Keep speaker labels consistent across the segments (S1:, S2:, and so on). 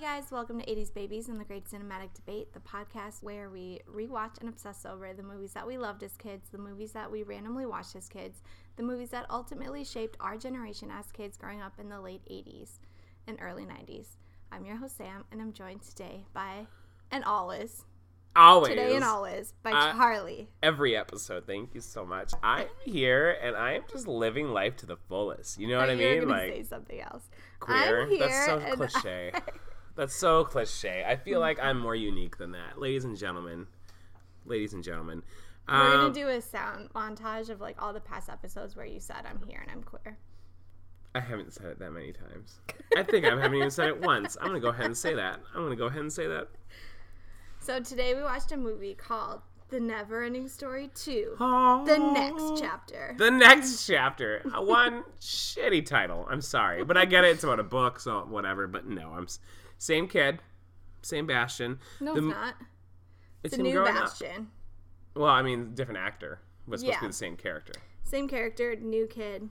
S1: guys, welcome to 80s Babies and the Great Cinematic Debate, the podcast where we rewatch and obsess over the movies that we loved as kids, the movies that we randomly watched as kids, the movies that ultimately shaped our generation as kids growing up in the late 80s and early 90s. I'm your host, Sam, and I'm joined today by, and always,
S2: Always.
S1: today and always, by
S2: I-
S1: Charlie.
S2: Every episode. Thank you so much. I'm here and I am just living life to the fullest. You know what I
S1: You were
S2: mean?
S1: gonna
S2: Like
S1: say something else.
S2: queer.
S1: I'm here
S2: That's so
S1: and
S2: cliche. That's so cliche. I feel like I'm more unique than that. Ladies and gentlemen. Ladies and gentlemen.
S1: We're
S2: Um,
S1: gonna do a sound montage of like all the past episodes where you said I'm here and I'm queer.
S2: I haven't said it that many times. I think I haven't even said it once. I'm gonna go ahead and say that. I'm gonna go ahead and say that.
S1: So today we watched a movie called The Never Ending Story 2.
S2: Oh,
S1: The next chapter.
S2: The next chapter. One shitty title. I'm sorry, but I get it. It's about a book, so whatever. But no, I'm s- same kid, same Bastion.
S1: no,
S2: the,
S1: it's not. It's a
S2: him
S1: new
S2: growing up.
S1: Bastion.
S2: Well, I mean, different actor, but it's supposed to
S1: Yeah.
S2: be the same character.
S1: Same character, new kid.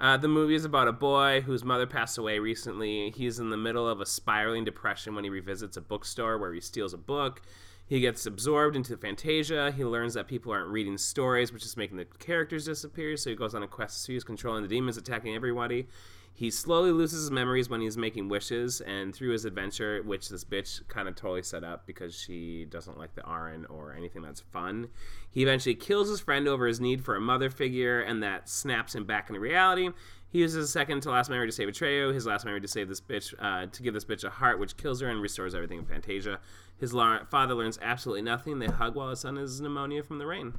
S2: Uh, the movie is about a boy whose mother passed away recently. He's in the middle of a spiraling depression when he revisits a bookstore where he steals a book. He gets absorbed into Fantasia. He learns that people aren't reading stories, which is making the characters disappear. So he goes on a quest to see who's controlling the demons attacking everybody. He slowly loses his memories when he's making wishes, and through his adventure, which this bitch kind of totally set up because she doesn't like the Aran or anything that's fun, he eventually kills his friend over his need for a mother figure, and that snaps him back into reality. He uses his second to last memory to save Atreyu, his last memory to save this bitch, uh, to give this bitch a heart, which kills her and restores everything in Fantasia. His la- father learns absolutely nothing. They hug while his son has pneumonia from the rain.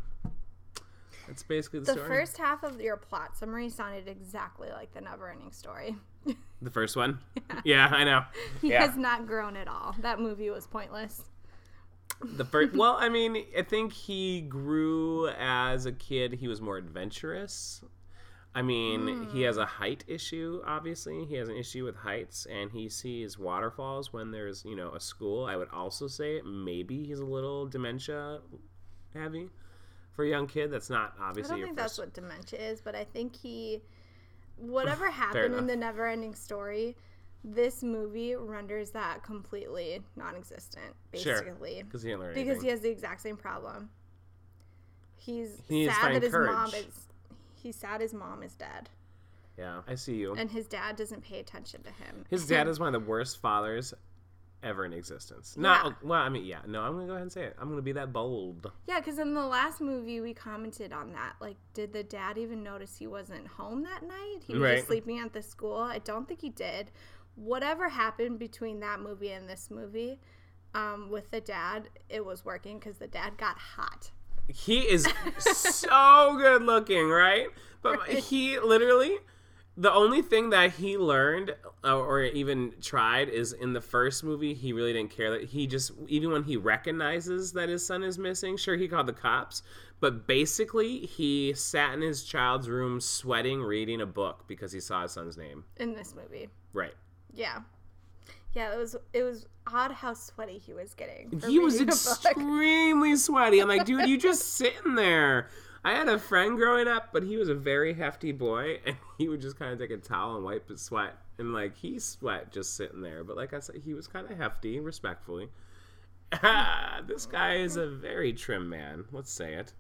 S2: That's basically the,
S1: The
S2: story.
S1: first half of your plot summary sounded exactly like the never ending story.
S2: the first one. Yeah, I know.
S1: He
S2: Yeah.
S1: has not grown at all. That movie was pointless.
S2: The first, well, I mean, I think he grew as a kid. He was more adventurous. I mean, he has a height issue. Obviously, he has an issue with heights, and he sees waterfalls when there's you know a school. I would also say maybe he's a little dementia heavy for a young kid. That's not
S1: I
S2: obviously
S1: don't
S2: your
S1: think
S2: first.
S1: that's what dementia is, but I think he, whatever happened in
S2: enough.
S1: the never ending story, this movie renders that completely non existent,
S2: Sure.
S1: basically.
S2: because he didn't learn
S1: because
S2: anything.
S1: he has the exact same problem. He's
S2: He needs to
S1: sad
S2: find
S1: that his mom
S2: courage.
S1: is. He's sad his mom is dead,
S2: yeah, I see you.
S1: and his dad doesn't pay attention to him.
S2: His dad is one of the worst fathers ever in existence. Not
S1: Yeah.
S2: well. I mean, yeah. No, I'm gonna go ahead and say it. I'm gonna be that bold.
S1: yeah, because in the last movie we commented on that. Like, did the dad even notice he wasn't home that night? He was
S2: Right.
S1: just sleeping at the school. I don't think he did. Whatever happened between that movie and this movie, um, with the dad, it was working because the dad got hot.
S2: He is so good looking, right? But he literally, the only thing that he learned uh, or even tried is in the first movie, he really didn't care that he just, even when he recognizes that his son is missing, sure, he called the cops, but basically, he sat in his child's room sweating, reading a book because he saw his son's name.
S1: In this movie,
S2: Right.
S1: Yeah. Yeah, it was it was odd how sweaty he was getting. for
S2: He was
S1: reading a book.
S2: extremely sweaty. I'm like, dude, you just sitting there. I had a friend growing up, but he was a very hefty boy, and he would just kind of take a towel and wipe his sweat, and like he sweat just sitting there. But like I said, he was kind of hefty, respectfully. this guy is a very trim man. Let's say it.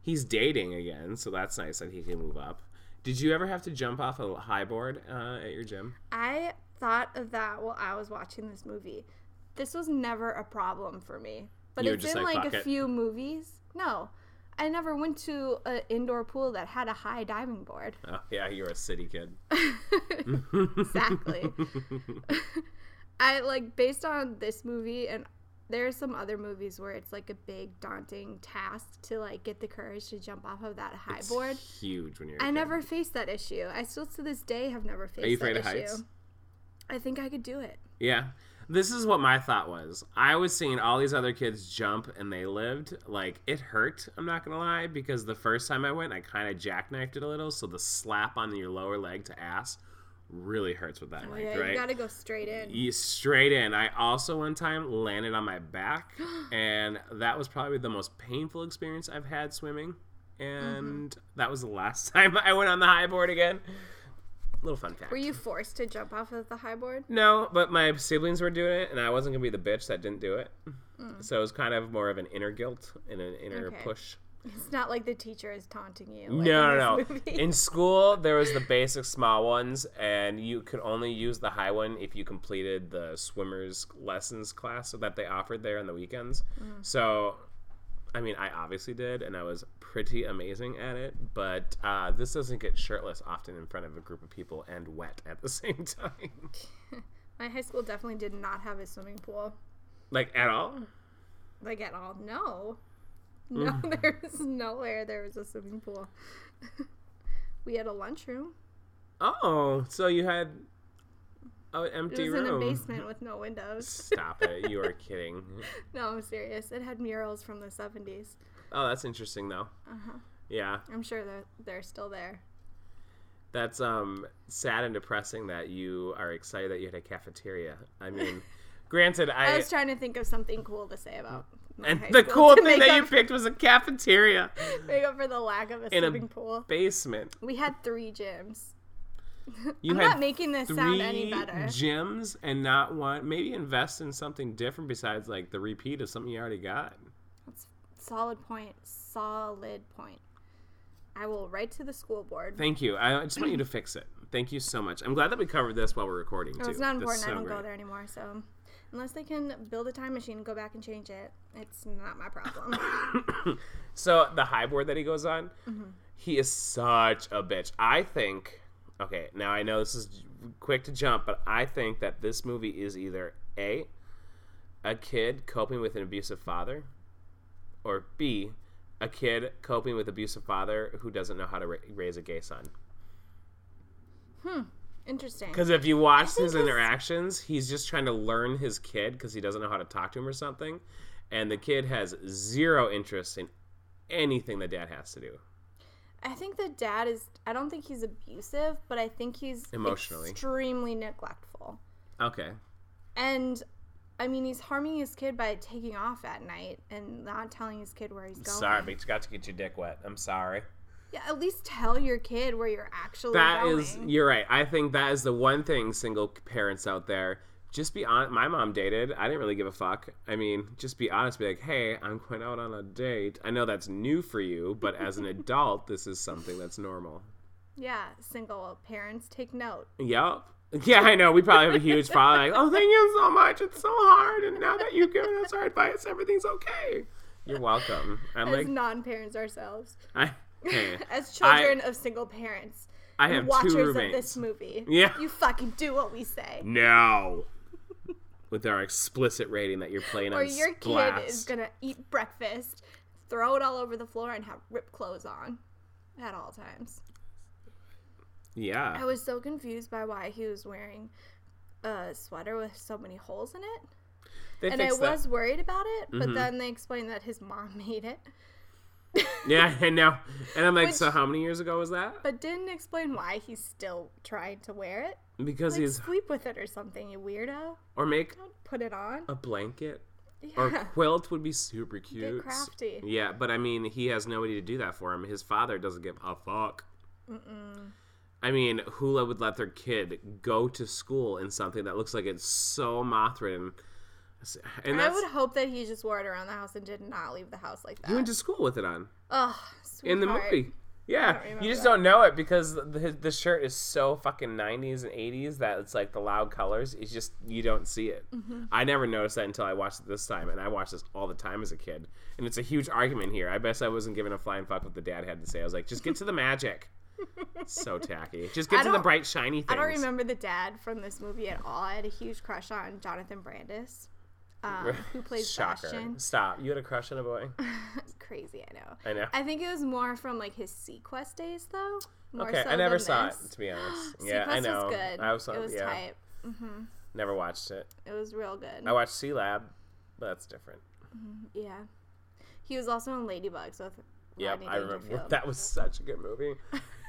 S2: He's dating again, so that's nice that he can move up. Did you ever have to jump off a high board uh, at your gym?
S1: I thought of that while I was watching this movie. This was never a problem for me. But
S2: You were
S1: it's
S2: just
S1: in
S2: like,
S1: like,
S2: "Fuck
S1: a
S2: it."
S1: few movies. No. I never went to an indoor pool that had a high diving board.
S2: Oh, yeah, you're a city kid.
S1: Exactly. I like based on this movie and there are some other movies where it's like a big daunting task to like get the courage to jump off of that high
S2: It's
S1: board.
S2: Huge when you're. a
S1: I
S2: kid.
S1: never faced that issue. I still to this day have never faced.
S2: Are you afraid
S1: that
S2: of
S1: issue.
S2: heights?
S1: I think I could do it.
S2: Yeah. This is what my thought was. I was seeing all these other kids jump and they lived. Like, it hurt, I'm not going to lie, because the first time I went, I kind of jackknifed it a little. So the slap on your lower leg to ass really hurts with that leg,
S1: Oh, yeah,
S2: right?
S1: you got to go straight in.
S2: You- straight in. I also one time landed on my back, and that was probably the most painful experience I've
S1: Mm-hmm.
S2: had swimming. And that was the last time I went on the high board again. little fun fact.
S1: Were you forced to jump off of the high board?
S2: No, but my siblings were doing it, and I wasn't gonna be the bitch that didn't do it. So it was kind of more of an inner guilt and an inner
S1: Hmm. Okay.
S2: push.
S1: It's not like the teacher is taunting you. Like
S2: No,
S1: in
S2: no, no.
S1: this movie.
S2: In school, there was the basic small ones, and you could only use the high one if you completed the swimmers lessons class that they offered there on the weekends.
S1: Hmm.
S2: So, I mean, I obviously did, and I was pretty amazing at it. But uh, this doesn't get shirtless often in front of a group of people and wet at the same time,
S1: My high school definitely did not have a swimming pool,
S2: like at all.
S1: like at all. No, no,
S2: Mm.
S1: there was nowhere there was a swimming pool. we had a lunchroom.
S2: Oh, so you had an
S1: It
S2: empty
S1: was
S2: room?
S1: in a basement with no windows.
S2: Stop it! You are kidding.
S1: No, I'm serious. It had murals from the 70s.
S2: Oh, that's interesting though.
S1: Uh-huh.
S2: Yeah.
S1: I'm sure they're, they're still there.
S2: That's um sad and depressing that you are excited that you had a cafeteria. I mean, granted, I,
S1: I was trying to think of something cool to say about my
S2: and
S1: high
S2: the
S1: school
S2: cool
S1: to
S2: thing
S1: make
S2: that you
S1: up-
S2: picked was a cafeteria
S1: make up for the lack of a
S2: In a-
S1: swimming pool.
S2: basement.
S1: We had three gyms.
S2: You
S1: I'm
S2: had
S1: not making this
S2: three
S1: sound any better.
S2: gyms and not one. Maybe invest in something different besides like the repeat of something you already got.
S1: That's solid point. Solid point. I will write to the school board.
S2: Thank you. I I just want you to fix it. Thank you so much. I'm glad that we covered this while we're recording too.
S1: No, it's not
S2: This
S1: important.
S2: is
S1: I
S2: so
S1: don't go
S2: great.
S1: there anymore. So, unless they can build a time machine and go back and change it, it's not my problem.
S2: So the high board that he goes on, he is such a bitch. I think. Okay, now I know this is j- quick to jump, but I think that this movie is either a a kid coping with an abusive father, or b a kid coping with abusive father who doesn't know how to ra- raise a gay son.
S1: Interesting.
S2: Because if you watch his
S1: it's-
S2: interactions, he's just trying to learn his kid because he doesn't know how to talk to him or something, and the kid has zero interest in anything that dad has to do.
S1: I think the dad is. I don't think he's abusive, but I think he's
S2: Emotionally.
S1: extremely neglectful.
S2: Okay.
S1: And I mean, he's harming his kid by taking off at night and not telling his kid where he's going.
S2: Sorry, but you got to get your dick wet. I'm sorry.
S1: Yeah, at least tell your kid where you're actually
S2: That
S1: going.
S2: is, you're right. I think that is the one thing single parents out there. Just be honest. My mom dated. I didn't really give a fuck. I mean, just be honest. Be like, hey, I'm going out on a date. I know that's new for you, but as an adult, this is something that's normal.
S1: Yeah, single parents take note.
S2: Yep. Yeah, I know. We probably have a huge problem. Like, oh, thank you so much. It's so hard. And now that you've given us our advice, everything's okay. You're welcome. I'm
S1: As
S2: like,
S1: non-parents ourselves,
S2: I, hey,
S1: as children of single parents,
S2: I have
S1: watchers
S2: two
S1: of
S2: roommates.
S1: this movie,
S2: Yeah.
S1: you fucking do what we say,
S2: now with our explicit rating that you're playing
S1: or
S2: on
S1: your
S2: Splast.
S1: kid is gonna eat breakfast, throw it all over the floor, and have rip clothes on at all times. I
S2: yeah
S1: was so confused by why he was wearing a sweater with so many holes in it,
S2: they
S1: and I
S2: fixed that. Mm-hmm.
S1: was worried about it, but then they explained that his mom made it,
S2: yeah and now and i'm like
S1: Which-
S2: so how many years ago was that
S1: but didn't explain why he's still trying to wear it.
S2: because
S1: Like,
S2: he's
S1: sleep with it or something, you weirdo.
S2: or make
S1: Don't put it on.
S2: a blanket
S1: Yeah.
S2: or quilt would be super cute
S1: crafty.
S2: yeah but i mean he has nobody to do that for him his father doesn't give a fuck I mean, Hula would let their kid go to school in something that looks like it's so moth ridden. And
S1: I
S2: that's,
S1: would hope that he just wore it around the house and did not leave the house like that.
S2: you went to school with it on.
S1: Ugh,
S2: in the
S1: sweetheart.
S2: movie. Yeah, you just don't know it because the, the shirt is so fucking 90s and 80s that it's like the loud colors. It's just you don't see it.
S1: Mm-hmm.
S2: I never noticed that until I watched it this time, and I watched this all the time as a kid. And it's a huge argument here. I guess I wasn't giving a flying fuck what the dad had to say. I was like, just get to the magic. so tacky. Just get
S1: I
S2: to the
S1: don't-
S2: bright shiny things.
S1: I don't remember the dad from this movie at all. I had a huge crush on Jonathan Brandis, um, who plays
S2: Shocker!
S1: Sebastian.
S2: Stop. You had a crush on a boy.
S1: It's crazy, I know.
S2: I know.
S1: I think it was more from like his Sequest days, though. More
S2: okay,
S1: so
S2: I never
S1: than
S2: saw
S1: this.
S2: it to be honest. yeah,
S1: Sequest
S2: I know.
S1: Was good.
S2: I was,
S1: it was
S2: yeah,
S1: tight.
S2: never watched it.
S1: It was real good.
S2: I watched C Lab, but that's different.
S1: Yeah. He was also in Ladybugs with
S2: Yep,
S1: Rodney
S2: I remember.
S1: Dangerfield.
S2: That was such a good movie.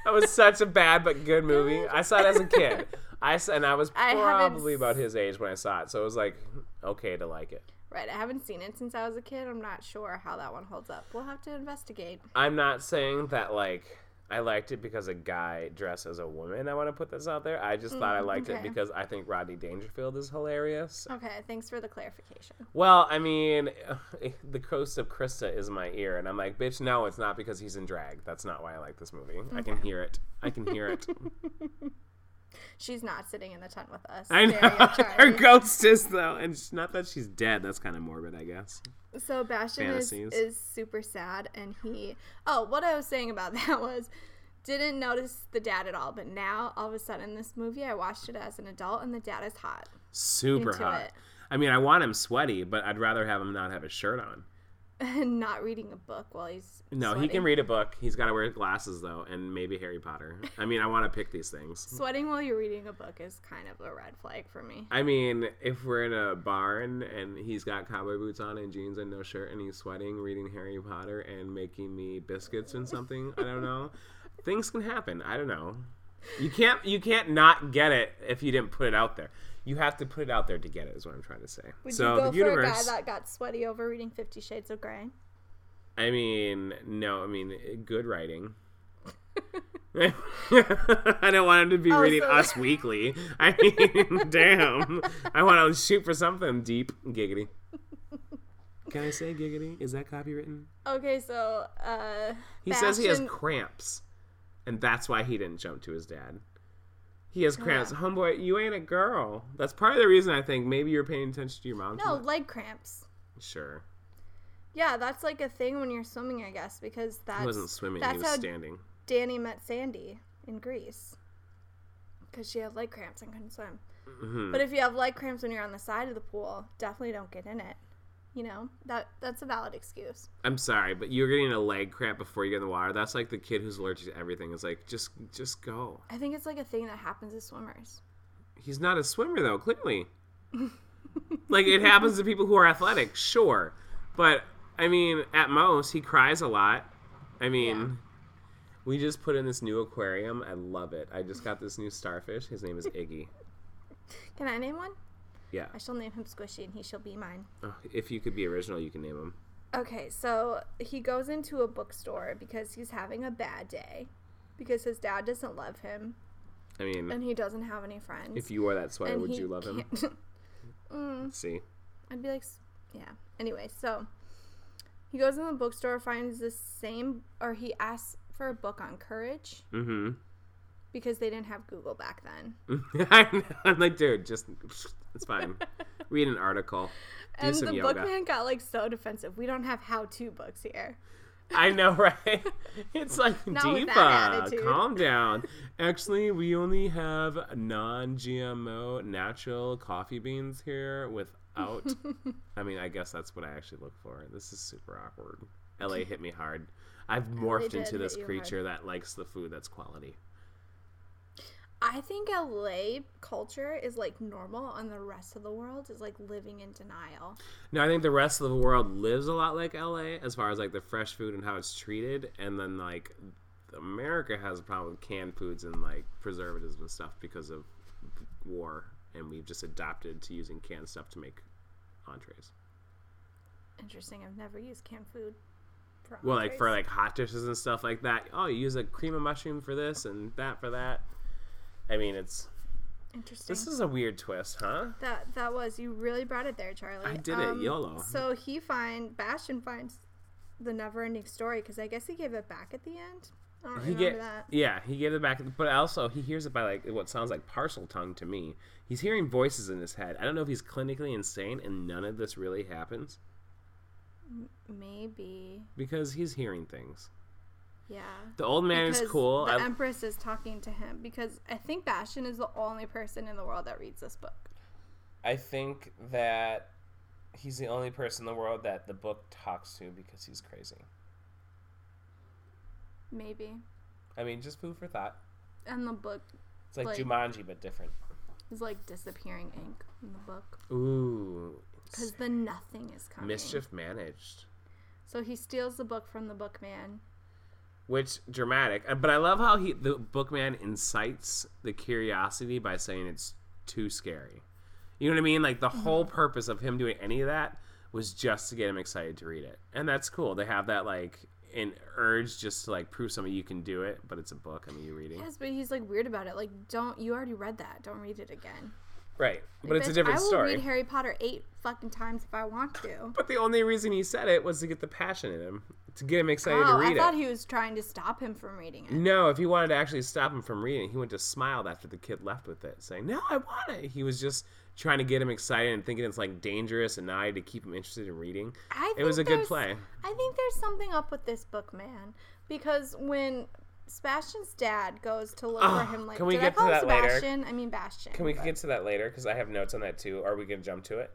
S2: That was such a bad but good movie. I saw it as a kid. I s- and I was
S1: I haven't
S2: probably
S1: s-
S2: about his age when I saw it, so it was like okay to like it.
S1: Right. I haven't seen it since I was a kid. I'm not sure how that one holds up. We'll have to investigate.
S2: I'm not saying that like I liked it because a guy dressed as a woman. I want to put this out there. I just thought I liked it
S1: Mm, okay.
S2: because I think Rodney Dangerfield is hilarious.
S1: Okay, thanks for the clarification.
S2: Well, I mean, the coast of Krista is my ear, and I'm like, bitch, no, it's not because he's in drag. That's not why I like this movie. I can hear it. I can hear it.
S1: She's not sitting in the tent with us.
S2: I
S1: staring at
S2: know her
S1: Charlie.
S2: ghost is though, and it's not that she's dead. That's kind of morbid, I guess.
S1: So Bastion is,
S2: fantasies.
S1: is super sad, and he. Oh, what I was saying about that was, didn't notice the dad at all, but now all of a sudden, this movie I watched it as an adult, and the dad is hot.
S2: Super
S1: Into
S2: hot.
S1: it.
S2: I mean, I want him sweaty, but I'd rather have him not have his shirt on.
S1: and not reading a book while he's
S2: No, he
S1: sweating.
S2: can read a book. He's got to wear glasses though, and maybe Harry Potter. I mean, I want to pick these things.
S1: Sweating while you're reading a book is kind of a red flag for me.
S2: I mean, if we're in a barn and he's got cowboy boots on and jeans and no shirt and he's sweating, reading Harry Potter and making me biscuits and something, I don't know. Things can happen. I don't know. You can't you can't not get it if you didn't put it out there. You have to put it out there to get it is what I'm trying to say.
S1: Would
S2: so
S1: you go
S2: the
S1: for a
S2: universe
S1: guy that got sweaty over reading Fifty Shades of Grey?
S2: I mean, no, I mean eh, good writing. I don't want him to be
S1: Oh,
S2: reading
S1: so-
S2: Us Weekly. I mean, damn. I want to shoot for something deep. Giggity. Can I say giggity? Is that copywritten?
S1: Okay, so uh
S2: He says he has
S1: Bastion-
S2: cramps, and that's why he didn't jump to his dad. He has cramps. Homeboy, you ain't a girl. That's part of the reason I think maybe you're paying attention to your mom. too
S1: no
S2: much.
S1: leg cramps.
S2: Sure.
S1: Yeah, that's like a thing when you're swimming, I guess, because that's
S2: He wasn't swimming,
S1: That's
S2: he was
S1: how
S2: standing.
S1: Danny met Sandy in Greece because she had leg cramps and couldn't swim.
S2: Mhm.
S1: But if you have leg cramps when you're on the side of the pool, definitely don't get in it. You know that that's a valid excuse.
S2: I'm sorry, but you're getting a leg cramp before you get in the water. That's like the kid who's allergic to everything. It's like just just go.
S1: I think it's like a thing that happens to swimmers.
S2: He's not a swimmer though, clearly. like it happens to people who are athletic, sure. But I mean, at most he cries a lot. I mean, we just put in this new aquarium. I love it. I just got this new starfish. His name is Iggy.
S1: Can I name one?
S2: Yeah.
S1: I shall name him Squishy and he shall be mine.
S2: Oh, if you could be original, you can name him.
S1: Okay, so he goes into a bookstore because he's having a bad day because his dad doesn't love him
S2: I mean,
S1: and he doesn't have any friends.
S2: if you wore that sweater,
S1: and
S2: would
S1: he
S2: you love him?
S1: can't- mm,
S2: See.
S1: I'd be like, s- yeah. Anyway, so he goes in the bookstore, finds the same, or he asks for a book on courage
S2: Mhm.
S1: because they didn't have Google back then.
S2: I know. I'm like, dude, just it's fine. Read an article. Do
S1: and
S2: some
S1: the
S2: yoga.
S1: bookman got like so defensive. We don't have how to books here.
S2: I know, right? It's like
S1: Not with that
S2: Diva,
S1: attitude.
S2: calm down. Actually, we only have non-GMO natural coffee beans here without I mean, I guess that's what I actually look for. This is super awkward. LA hit me hard. I've morphed
S1: did
S2: into
S1: hit
S2: this
S1: you hard.
S2: creature that likes the food that's quality.
S1: I think LA culture is like normal, and the rest of the world is like living in denial.
S2: No, I think the rest of the world lives a lot like LA as far as like the fresh food and how it's treated, and then like America has a problem with canned foods and like preservatives and stuff because of war, and we've just adapted to using canned stuff to make entrees.
S1: Interesting. I've never used canned food. For
S2: Well, like for
S1: entrees.
S2: like hot dishes and stuff like that. Oh, you use a cream of mushroom for this and that for that. I mean, it's
S1: interesting.
S2: this is a weird twist, huh?
S1: that that was you really brought it there, Charlie. Um,
S2: I did it, YOLO.
S1: So he find Bastion finds the never-ending story because I guess he gave it back at the end. I don't
S2: he
S1: remember
S2: get
S1: that.
S2: yeah he gave it back but also he hears it by like what sounds like parcel tongue to me he's hearing voices in his head i don't know if he's clinically insane and none of this really happens
S1: Maybe,
S2: because he's hearing things
S1: yeah.
S2: the old man is
S1: Because
S2: cool
S1: The
S2: I,
S1: Empress is talking to him because I think Bastion is the only person in the world that reads this book.
S2: I think that he's the only person in the world that the book talks to because he's crazy
S1: Maybe,
S2: i mean just food for thought
S1: and the book
S2: it's
S1: like Like-
S2: jumanji but different
S1: is like disappearing ink in the book
S2: ooh
S1: because the nothing is coming.
S2: mischief managed
S1: So he steals the book from the bookman.
S2: which dramatic Uh, but i love how he the bookman incites the curiosity by saying it's too scary you know what i mean like the
S1: Mm-hmm.
S2: whole purpose of him doing any of that was just to get him excited to read it and that's cool they have that like an urge just to like prove something you can do it, but it's a book. I mean, you're reading.
S1: Yes, but he's like weird about it. Like, don't you already read that? Don't read it again.
S2: Right. But it's a
S1: Bitch,
S2: different
S1: I will
S2: story.
S1: read Harry Potter eight fucking times if I want to.
S2: but the only reason he said it was to get the passion in him, to get him excited
S1: Oh,
S2: to
S1: I
S2: read
S1: thought
S2: it.
S1: he was trying to stop him from reading it.
S2: No, if he wanted to actually stop him from reading, he went to smiled after the kid left with it, saying, No, I want it. He was just trying to get him excited and thinking it's like dangerous and now I had to keep him interested in reading.
S1: I
S2: it was a
S1: think
S2: good
S1: there's-
S2: play.
S1: I think there's something up with this book, man, because when Sebastian's dad goes to look
S2: Oh,
S1: for him, like,
S2: can we
S1: did
S2: get to
S1: I call him
S2: that later?
S1: Sebastian? I mean, Bastion.
S2: Can we
S1: but-
S2: get to that later? Because I have notes on that too. Are we going to jump to it?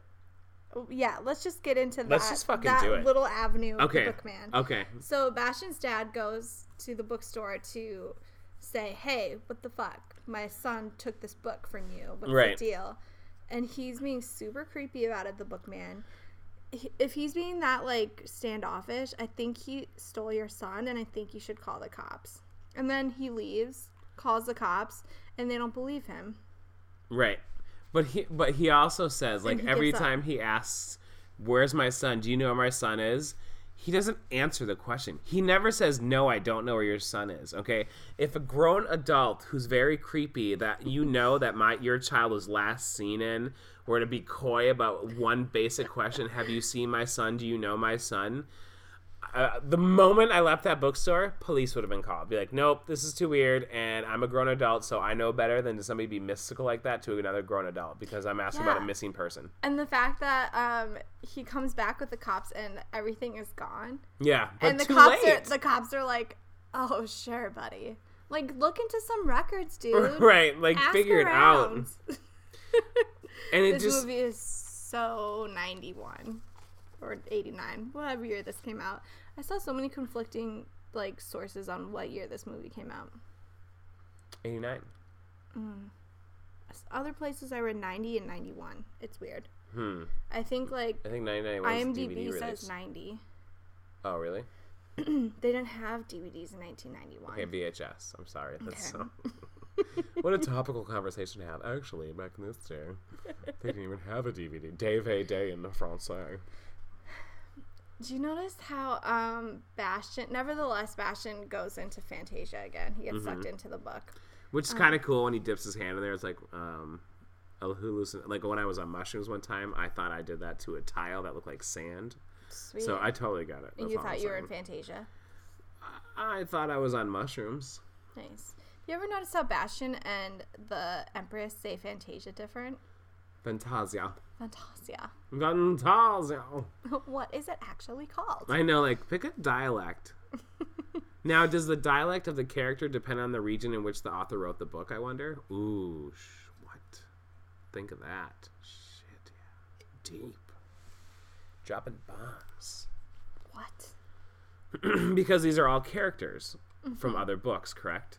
S1: Yeah, let's just get into that.
S2: Let's just fucking
S1: that
S2: do it.
S1: little avenue of
S2: Okay.
S1: the book, man.
S2: Okay.
S1: So Bastion's dad goes to the bookstore to say, "Hey, what the fuck? My son took this book from you. What's
S2: Right.
S1: the deal?" And he's being super creepy about it. The book man. He- If he's being that like standoffish, I think he stole your son, and I think you should call the cops. And then he leaves, calls the cops, and they don't believe him.
S2: Right. But he but he also says like
S1: he
S2: every
S1: gives up.
S2: time he asks, "Where's my son? Do you know where my son is?" He doesn't answer the question. He never says, "No, I don't know where your son is." Okay? If a grown adult who's very creepy that you know that my your child was last seen in were to be coy about one basic question, "Have you seen my son? Do you know my son?" Uh, the moment I left that bookstore, police would have been called. Be like, nope, this is too weird, and I'm a grown adult, so I know better than to somebody be mystical like that to another grown adult because I'm asking about a
S1: Yeah.
S2: missing person.
S1: And the fact that um, he comes back with the cops and everything is gone.
S2: Yeah, but
S1: and the
S2: too
S1: cops
S2: late.
S1: are the cops are like, "Oh, sure, buddy. Like look into some records, dude.
S2: right, like
S1: Ask
S2: figure it out,
S1: around."
S2: and it
S1: this
S2: just
S1: movie is so 91 or 89, whatever year this came out. I saw so many conflicting like sources on what year this movie came out.
S2: eighty nine.
S1: S- Other places I read 90 and 91. It's weird.
S2: Hmm.
S1: I think like
S2: I think ninety nine was
S1: IMDb
S2: DVD release.
S1: says 90.
S2: Oh, really?
S1: They didn't have DVDs in 1991.
S2: Okay, VHS. I'm sorry. That's
S1: Okay.
S2: so. what a topical conversation to have. Actually, back in this day, they didn't even have a DVD. Dave Day in Francais.
S1: Do you notice how um Bastion nevertheless Bastion goes into Fantasia again? He gets
S2: Mm-hmm.
S1: sucked into the book.
S2: Which is
S1: Oh.
S2: kind of cool when he dips his hand in there. It's like, um, a hallucin- like when I was on mushrooms one time, I thought I did that to a tile that looked like sand.
S1: Sweet.
S2: So I totally got it.
S1: And
S2: That's
S1: you
S2: all I'm
S1: thought you were in
S2: saying.
S1: Fantasia.
S2: I thought I was on mushrooms.
S1: Nice. You ever notice how Bastion and the Empress say Fantasia different?
S2: Fantasia.
S1: Fantasia.
S2: Fantasia.
S1: what is it actually called?
S2: I know, like, pick a dialect. now, does the dialect of the character depend on the region in which the author wrote the book, I wonder? Ooh, sh- what? Think of that. Shit, yeah. Deep. Dropping bombs.
S1: What?
S2: because these are all characters from other books,
S1: Mm-hmm.
S2: correct?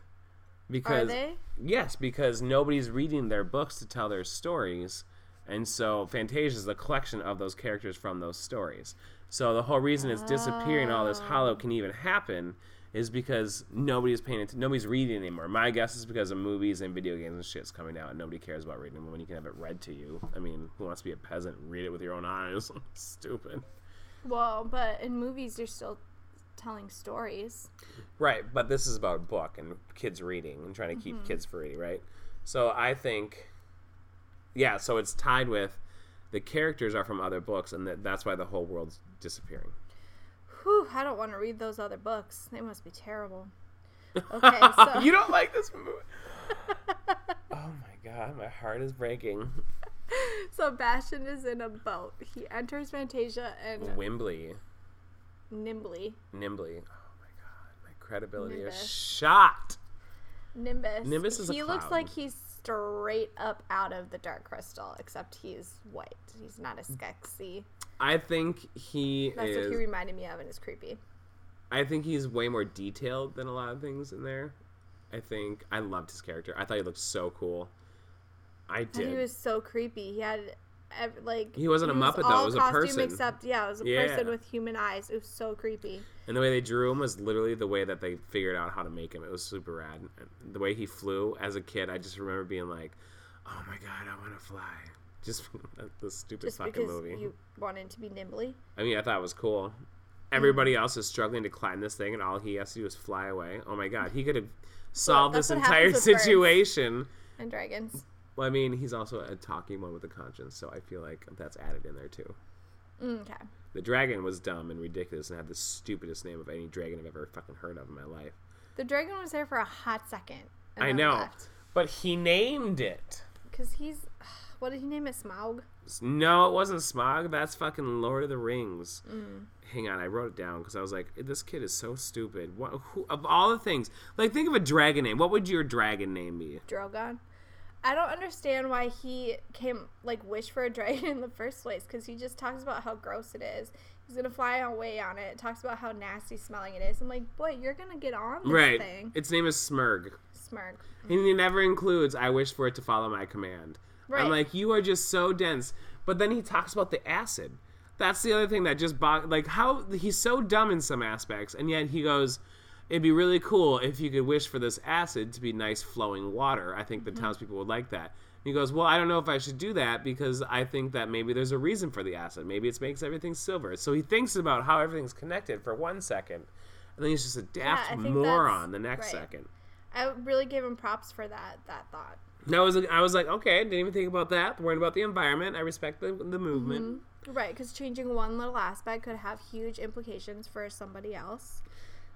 S1: Are
S2: Because
S1: they?
S2: yes, because nobody's reading their books to tell their stories, and so Fantasia is the collection of those characters from those stories. So the whole reason it's disappearing, all this
S1: Oh.
S2: hollow can even happen, is because nobody's paying attention, nobody's reading anymore. My guess is because of movies and video games and shit's coming out, and nobody cares about reading them when you can have it read to you. I mean, who wants to be a peasant? and Read it with your own eyes. Stupid.
S1: Well, but in movies you're still telling stories.
S2: Right, but this is about book and kids reading and trying to keep
S1: Mm-hmm.
S2: kids for reading, right? So I think, yeah, so it's tied with the characters are from other books, and that, that's why the whole world's disappearing.
S1: Whew, I don't want to read those other books. They must be terrible. Okay, so
S2: you don't like this movie? oh my god, my heart is breaking.
S1: So Bastion is in a boat. He enters Fantasia and
S2: Wimbly,
S1: nimbly,
S2: nimbly. Oh my god, my credibility
S1: Nimbus.
S2: is shot.
S1: Nimbus.
S2: Nimbus is a
S1: he looks
S2: cloud.
S1: like he's straight up out of the Dark Crystal, except he's white. He's not a Skeksis.
S2: I think he
S1: That's
S2: is.
S1: what he reminded me of, and it's creepy.
S2: I think he's way more detailed than a lot of things in there. I think I loved his character. I thought he looked so cool. I did.
S1: And he was so creepy. He had ev- like
S2: He wasn't a Muppet, though. It
S1: all
S2: was a
S1: costume
S2: person.
S1: Except yeah, it was a
S2: Yeah.
S1: person with human eyes. It was so creepy.
S2: and the way they drew him was literally the way that they figured out how to make him. It was super rad. And The way he flew as a kid, I just remember being like, "Oh my god, I want to fly!" Just from the stupid
S1: Just
S2: fucking
S1: because Mm.
S2: movie.
S1: you wanted to be nimbly.
S2: I mean, I thought it was cool. Everybody else is struggling to climb this thing, and all he has to do is fly away. Oh my god, he could have solved
S1: that's
S2: this
S1: what
S2: entire
S1: happens with birds.
S2: situation.
S1: and dragons.
S2: Well, I mean, he's also a talking one with a conscience, so I feel like that's added in there too.
S1: Mm, Okay.
S2: The dragon was dumb and ridiculous and had the stupidest name of any dragon I've ever fucking heard of in my life.
S1: The dragon was there for a hot second. and
S2: I
S1: then
S2: know,
S1: left.
S2: but he named it.
S1: Because he's. What did he name it? Smaug?
S2: No, it wasn't Smog. That's fucking Lord of the Rings. Hang on, I wrote it down because I was like, this kid is so stupid. What, who, of all the things, like, think of a dragon name. What would your dragon name be?
S1: Drogon. I don't understand why he came, like, wish for a dragon in the first place. Because he just talks about how gross it is. He's going to fly away on it. Talks about how nasty smelling it is. I'm like, boy, you're going to get on this
S2: right.
S1: thing.
S2: Its name is Smurg.
S1: Smirk.
S2: And he never includes, I wish for it to follow my command.
S1: Right.
S2: I'm like, you are just so dense. But then he talks about the acid. That's the other thing that just bog like how he's so dumb in some aspects, and yet he goes, "It'd be really cool if you could wish for this acid to be nice flowing water. I think the
S1: Mm-hmm.
S2: townspeople would like that." And he goes, "Well, I don't know if I should do that because I think that maybe there's a reason for the acid. Maybe it makes everything silver." So he thinks about how everything's connected for one second, and then he's just a daft
S1: I think that's-
S2: moron the next
S1: right.
S2: second.
S1: I really gave him props for that that thought.
S2: That was I was like, okay, didn't even think about that. Worried about the environment. I respect the, the movement.
S1: Right, because changing one little aspect could have huge implications for somebody else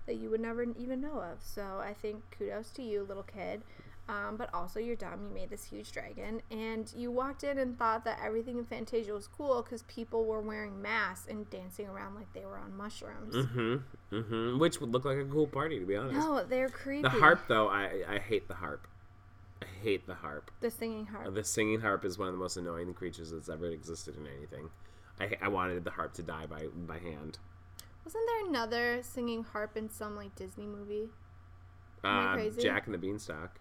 S1: that you would never even know of. So I think kudos to you, little kid. Um, but also, you're dumb. You made this huge dragon, and you walked in and thought that everything in Fantasia was cool because people were wearing masks and dancing around like they were on mushrooms.
S2: Mm-hmm. Mm-hmm. Which would look like a cool party, to be honest.
S1: No, they're creepy.
S2: the harp, though, I I hate the harp. I hate the harp.
S1: the singing harp.
S2: The singing harp is one of the most annoying creatures that's ever existed in anything. I, I wanted the harp to die by by hand.
S1: Wasn't there another singing harp in some like Disney movie? I
S2: Uh,
S1: crazy?
S2: Jack and the Beanstalk.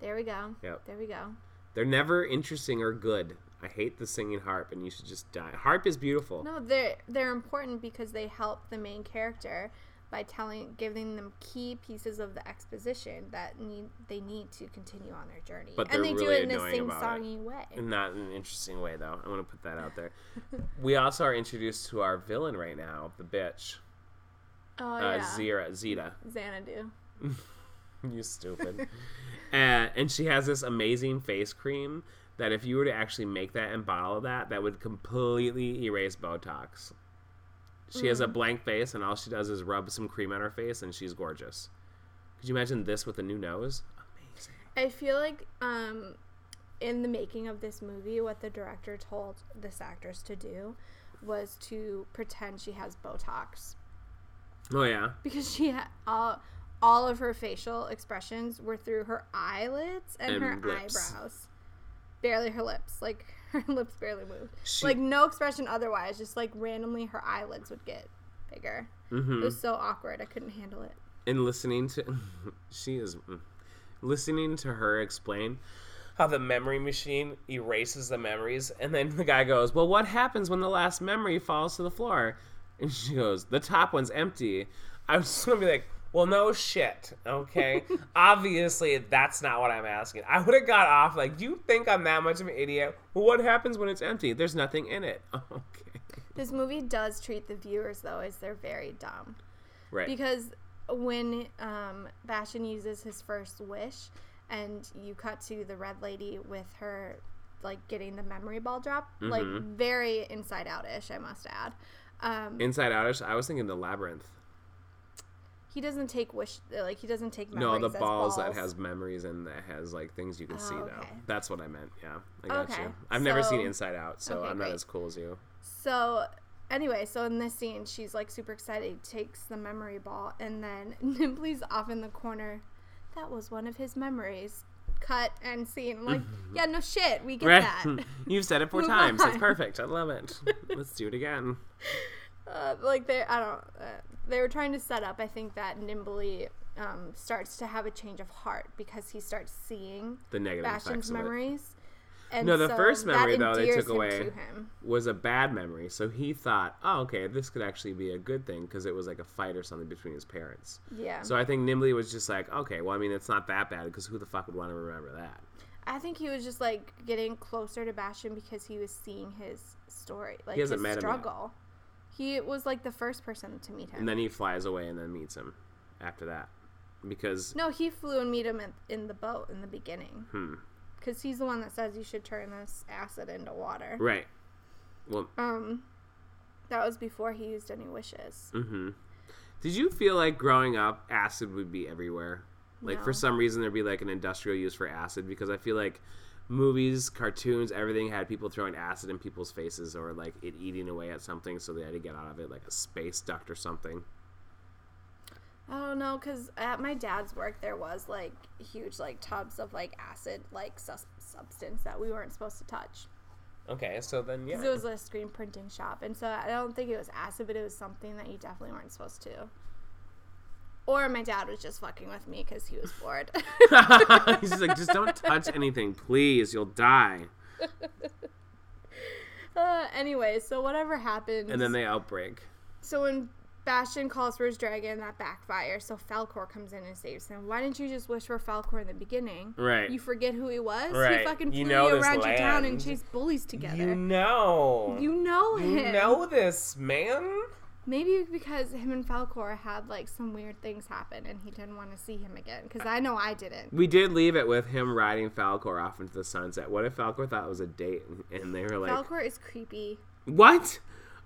S1: There we go.
S2: Yep.
S1: There we go.
S2: They're never interesting or good. I hate the singing harp, and you should just die. Harp is beautiful.
S1: No, they're they're important because they help the main character by telling giving them key pieces of the exposition that need they need to continue on their journey.
S2: But
S1: and they
S2: they're
S1: do
S2: really
S1: it in a
S2: annoying about it.
S1: sing-songy way.
S2: Not in an interesting way, though. I want to put that out there. we also are introduced to our villain right now, the bitch,
S1: Oh
S2: uh,
S1: yeah.
S2: Zira, Zeta.
S1: Xanadu.
S2: You stupid. uh, and she has this amazing face cream that, if you were to actually make that and bottle that, that would completely erase Botox. She has
S1: Mm.
S2: a blank face, and all she does is rub some cream on her face, and she's gorgeous. Could you imagine this with a new nose? Amazing.
S1: I feel like um in the making of this movie what the director told this actress to do was to pretend she has Botox
S2: Oh yeah.
S1: because she had all all of her facial expressions were through her eyelids and,
S2: And
S1: her
S2: lips.
S1: eyebrows barely her lips like her lips barely moved
S2: She-
S1: like no expression otherwise just like randomly her eyelids would get bigger
S2: Mm-hmm.
S1: it was so awkward i couldn't handle it
S2: and listening to she is mm, listening to her explain how the memory machine erases the memories and then the guy goes well what happens when the last memory falls to the floor and she goes the top one's empty i was just gonna be like well no shit okay obviously that's not what i'm asking i would have got off like you think i'm that much of an idiot well what happens when it's empty there's nothing in it okay
S1: this movie does treat the viewers though as they're very dumb
S2: right
S1: because when um, Bashan uses his first wish, and you cut to the red lady with her like getting the memory ball drop, like
S2: Mm-hmm.
S1: very inside out ish, I must add. Um,
S2: inside out i was thinking the labyrinth
S1: he doesn't take wish like he doesn't take
S2: No,
S1: memories
S2: the
S1: as
S2: balls, that has memories and that has like things you can see
S1: Oh,
S2: though.
S1: okay.
S2: That's what I meant. Yeah, I got
S1: Okay,
S2: you. I've never seen
S1: so-
S2: Inside Out, so
S1: okay,
S2: I'm not
S1: great.
S2: as cool as you.
S1: So anyway, so in this scene, she's like super excited, takes the memory ball, and then Nimbly's off in the corner. That was one of his memories. Cut and scene. I'm like,
S2: Mm-hmm.
S1: yeah, no shit, we get that.
S2: You've said it four
S1: Move
S2: times. That's
S1: on.
S2: perfect. I love it. Let's do it again.
S1: uh, like they I don't uh, they were trying to set up I think that Nimbly um, starts to have a change of heart because he starts seeing
S2: The negative effects
S1: Bastion's
S2: of it
S1: memories. And
S2: No, the first
S1: that
S2: memory, though, they
S1: endears
S2: took
S1: him
S2: away.
S1: to him.
S2: was a bad memory. So he thought, oh, okay, this could actually be a good thing because it was like a fight or something between his parents.
S1: Yeah,
S2: So I think Nimbly was just like, okay, well, I mean, it's not that bad because who the fuck would want to remember that?
S1: I think he was just like getting closer to Bastion because he was seeing his story, like
S2: hasn't
S1: his
S2: met him yet.
S1: struggle. He was like the first person to meet him.
S2: And then he flies away and then meets him after that. Because
S1: no, he flew and meet him in, in the boat in the beginning
S2: hmm.
S1: because he's the one that says you should turn this acid into water.
S2: Right. Well
S1: Um, that was before he used any wishes.
S2: hmm Did you feel like growing up acid would be everywhere? Like for
S1: No.
S2: some reason there'd be like an industrial use for acid because I feel like movies, cartoons, everything had people throwing acid in people's faces or like it eating away at something so they had to get out of it like a space duct or something.
S1: I don't know, cause at my dad's work there was like huge like tubs of like acid like sus- substance that we weren't supposed to touch.
S2: Okay, so then yeah.
S1: Because it was a screen printing shop. And so I don't think it was acid, but it was something that you definitely weren't supposed to. Or my dad was just fucking with me because he was bored.
S2: He's just like, just don't touch anything, please. You'll die.
S1: uh, anyway, so whatever happened.
S2: And then they outbreak.
S1: so when Bastion calls for his dragon, that backfires. So Falcor comes in and saves him. Why didn't you just wish for Falcor in the beginning?
S2: Right.
S1: You forget who he was? He
S2: Right.
S1: fucking flew
S2: You
S1: you,
S2: know this
S1: around your town and
S2: land.
S1: chased bullies together.
S2: You
S1: You,
S2: know.
S1: know him.
S2: You know this, man.
S1: Maybe because him and Falcor had like some weird things happen and he didn't want to see him again. Because I know I didn't.
S2: We did leave it with him riding Falcor off into the sunset. What if Falcor thought it was a date and- and they were like,
S1: Falcor is creepy.
S2: What?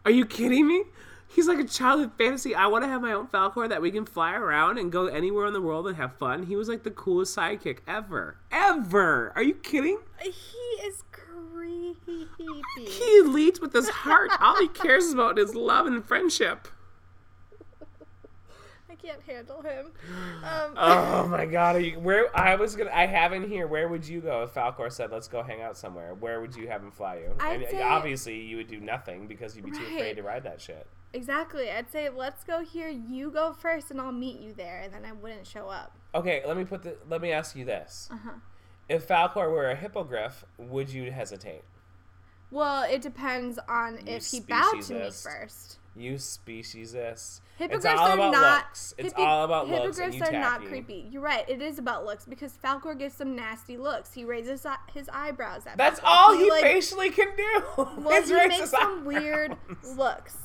S2: Are you kidding me? He's like a childhood fantasy. I want to have my own Falcor that we can fly around and go anywhere in the world and have fun. He was like the coolest sidekick ever. Ever. Are you kidding?
S1: He is creepy.
S2: He leads with his heart. All he cares about is love and friendship.
S1: I can't handle him. Um,
S2: Oh my god, are you, where I was gonna I have in here, where would you go if Falcor said, Let's go hang out somewhere? Where would you have him fly you?
S1: I'd
S2: and uh,
S1: say-
S2: obviously you would do nothing because you'd be too afraid
S1: Right.
S2: to ride that shit.
S1: exactly. I'd say let's go here. You go first, and I'll meet you there. And then I wouldn't show up.
S2: Okay, let me put the let me ask you this.
S1: Uh-huh.
S2: If Falcor were a hippogriff, would you hesitate?
S1: Well, it depends on
S2: You
S1: if he bowed to me
S2: speciesist.
S1: first.
S2: You speciesist.
S1: Hippogriffs
S2: it's all
S1: are
S2: about
S1: not.
S2: looks. It's
S1: hippo-
S2: all about looks.
S1: hippogriffs
S2: and you
S1: are not
S2: tacky.
S1: creepy. You're right. It is about looks because Falcor gives some nasty looks. He raises i- his eyebrows at.
S2: That's
S1: people.
S2: all he,
S1: like-
S2: facially can do.
S1: Well,
S2: is
S1: he
S2: raise
S1: makes
S2: his
S1: some
S2: eyebrows.
S1: weird looks.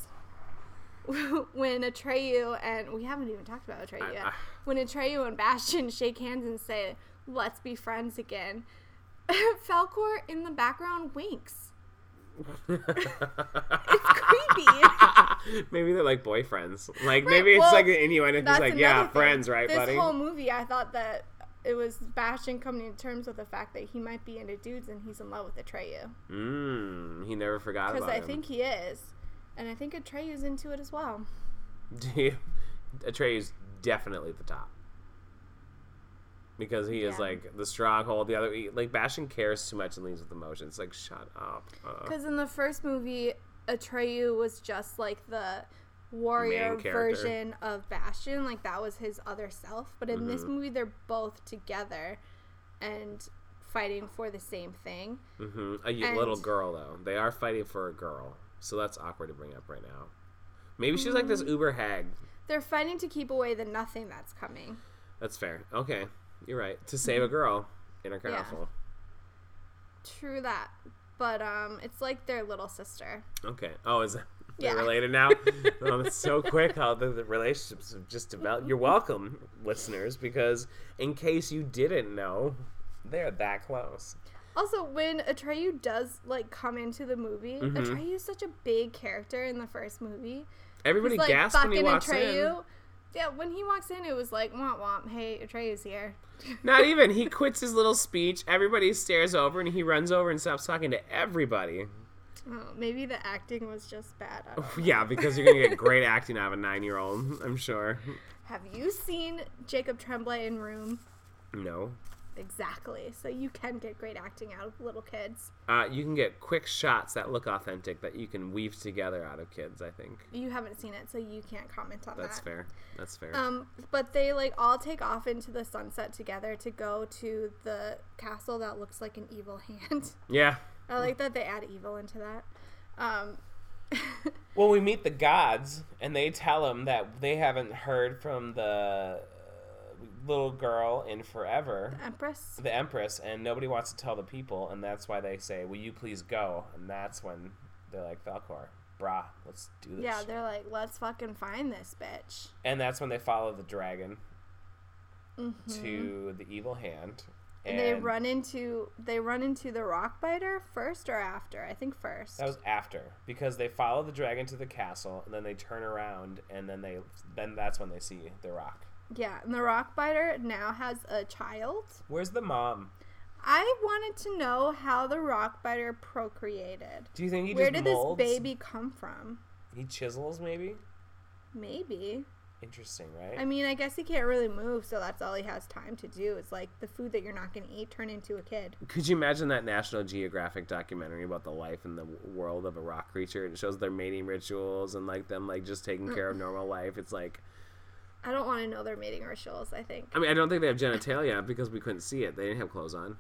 S1: when Atreyu and we haven't even talked about Atreyu yet.
S2: I-
S1: When Atreyu and Bastion shake hands and say, "Let's be friends again," Falcor in the background winks. Creepy.
S2: maybe they're like boyfriends. Like maybe it's
S1: well,
S2: like an innuendo. He's
S1: That's
S2: like,
S1: another
S2: yeah,
S1: thing.
S2: friends, right,
S1: this
S2: buddy?
S1: whole movie, I thought that it was Bastion coming to terms with the fact that he might be into dudes and he's in love with Atreyu.
S2: Mm, he never forgot
S1: Because
S2: about
S1: I
S2: him.
S1: think he is. And I think Atreyu's into it as well.
S2: Dude, Atreus definitely at the top because he is
S1: Yeah.
S2: like the stronghold. The other he- like Bastion cares too much and leads with emotions. Like shut up. Uh,
S1: Because in the first movie, Atreyu was just like the warrior
S2: Main character.
S1: version of Bastion. Like that was his other self. But in this
S2: Mm-hmm.
S1: movie, they're both together and fighting for the same thing.
S2: hmm A y-
S1: and-
S2: little girl though. They are fighting for a girl, so that's awkward to bring up right now. Maybe she's like this
S1: Mm.
S2: uber hag.
S1: They're fighting to keep away the nothing that's coming.
S2: That's fair. Okay, you're right. To save a
S1: Mm-hmm.
S2: girl, intercouncil.
S1: True that. But um, it's like their little sister.
S2: Okay. Oh, is that they're
S1: Yeah.
S2: related now? oh, it's so quick how the, the relationships have just developed. You're welcome, listeners, because in case you didn't know, they're that close.
S1: Also, when Atreyu does like come into the movie,
S2: Mm-hmm.
S1: Atreyu is such a big character in the first movie.
S2: Everybody
S1: He's like
S2: gasps when
S1: fucking
S2: he walks
S1: Atreyu. Yeah, when he walks in, it was like womp womp. Hey, Atreyu's here.
S2: in. Not even. He quits his little speech. Everybody stares over, and he runs over and stops talking to everybody.
S1: Oh, maybe the acting was just bad. I don't-
S2: Yeah, because you're gonna get great acting out of a nine-year-old, I'm sure.
S1: Have you seen Jacob Tremblay in Room?
S2: No.
S1: Exactly. So you can get great acting out of little kids.
S2: Uh, you can get quick shots that look authentic that you can weave together out of kids. I think
S1: You haven't seen it, so you can't comment on
S2: that's
S1: that.
S2: fair. That's fair.
S1: Uh, Um, but they like all take off into the sunset together to go to the castle that looks like an evil hand.
S2: yeah,
S1: I like that they add evil into that. Um,
S2: Well, we meet the gods, and they tell him that they haven't heard from the uh, little girl in forever,
S1: Empress.
S2: the empress, and nobody wants to tell the people, and that's why they say, "Will you please go?" And that's when they're like, "Falcor, brah, let's do this.
S1: Yeah, they're like, let's fucking find this bitch.
S2: and that's when they follow the dragon to the evil hand.
S1: Mm-hmm. And they run into they run into the rock biter first or after? I think first.
S2: That was after because they follow the dragon to the castle, and then they turn around, and then they then that's when they see the rock.
S1: yeah, and the rock biter now has a child.
S2: Where's the mom?
S1: I wanted to know how the rock biter procreated.
S2: Do you think he
S1: Where
S2: just
S1: did
S2: molds?
S1: this baby come from?
S2: He chisels, maybe.
S1: Maybe.
S2: Interesting, right?
S1: I mean, I guess he can't really move, so that's all he has time to do. It's like the food that you're not going to eat turn into a kid.
S2: Could you imagine that National Geographic documentary about the life and the w- world of a rock creature? And it shows their mating rituals and like them like just taking
S1: Mm.
S2: care of normal life. It's like
S1: I don't want to know their mating rituals, I think.
S2: I mean I don't think they have genitalia because we couldn't see it. They didn't have clothes on.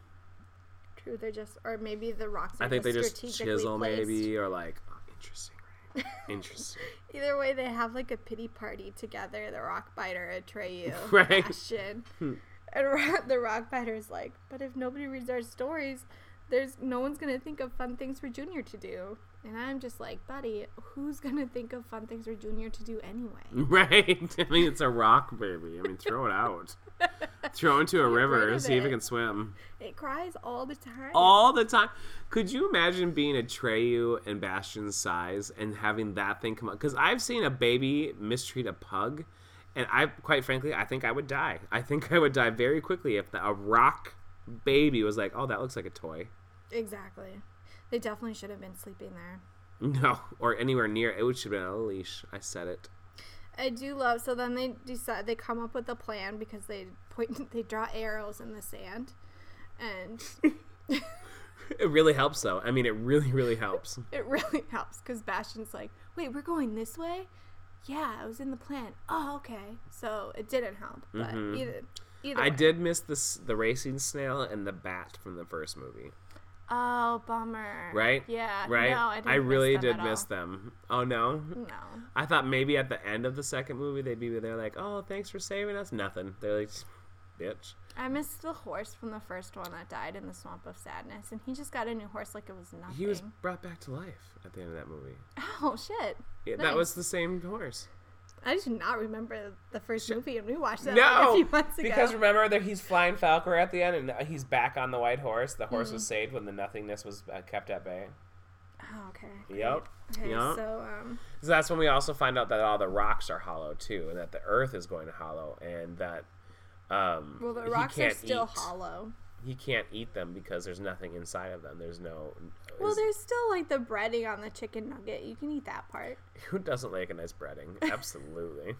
S1: True, they're just, or maybe the rocks. Are
S2: I think they
S1: just
S2: just
S1: strategically
S2: chisel
S1: placed.
S2: maybe or like oh, interesting, right? Interesting.
S1: Either way, they have like a pity party together. The rock biter, Atreyu,
S2: Right.
S1: Ashton, and Ro- the rock biter's like, but if nobody reads our stories, there's no one's gonna think of fun things for Junior to do. And I'm just like, buddy, who's gonna think of fun things for Junior to do anyway?
S2: Right. I mean, it's a rock, baby. I mean, throw it out. throw it into a river
S1: rid
S2: and
S1: of
S2: see if it
S1: it.
S2: can swim.
S1: It cries all the time.
S2: All the time. Could you imagine being Atreyu and Bastion's size and having that thing come up? Because I've seen a baby mistreat a pug, and I, quite frankly, I think I would die. I think I would die very quickly if the, a rock baby was like, oh, that looks like a toy.
S1: Exactly. They definitely should have been sleeping there.
S2: No, or anywhere near it. It should have been on a leash. I said it.
S1: I do love. So then they decide they come up with a plan because they point they draw arrows in the sand, and
S2: It really helps, though. I mean, it really, really helps.
S1: it really helps because Bastion's like, "Wait, we're going this way." Yeah, I was in the plan. Oh, okay. So it didn't help, but either either
S2: Mm-hmm.
S1: way.
S2: I did miss the s- the racing snail and the bat from the first movie,
S1: Oh, bummer.
S2: right?
S1: Yeah.
S2: right.
S1: No, I, didn't
S2: really
S1: miss them
S2: did
S1: at
S2: miss
S1: all.
S2: them. Oh no,
S1: No.
S2: I thought maybe at the end of the second movie they'd be there like, oh, thanks for saving us. Nothing. They're like, bitch.
S1: I missed the horse from the first one that died in the swamp of sadness, and he just got a new horse like it was nothing.
S2: He was brought back to life at the end of that movie.
S1: Oh shit!
S2: Yeah,
S1: Nice.
S2: That was the same horse.
S1: I do not remember the first movie, and we watched that like, a
S2: No,
S1: few months ago.
S2: because remember that he's flying Falcor at the end, and he's back on the white horse. The horse
S1: Mm-hmm.
S2: was saved when the nothingness was uh, kept at bay.
S1: oh, okay.
S2: Yep.
S1: Okay,
S2: Yep.
S1: so um,
S2: So that's when we also find out that all the rocks are hollow too, and that the earth is going to hollow, and that um,
S1: well, the
S2: he
S1: rocks are
S2: can't
S1: still
S2: eat.
S1: hollow.
S2: He can't eat them because there's nothing inside of them. There's no.
S1: Well,
S2: is-
S1: there's still like the breading on the chicken nugget. You can eat that part.
S2: who doesn't like a nice breading? Absolutely.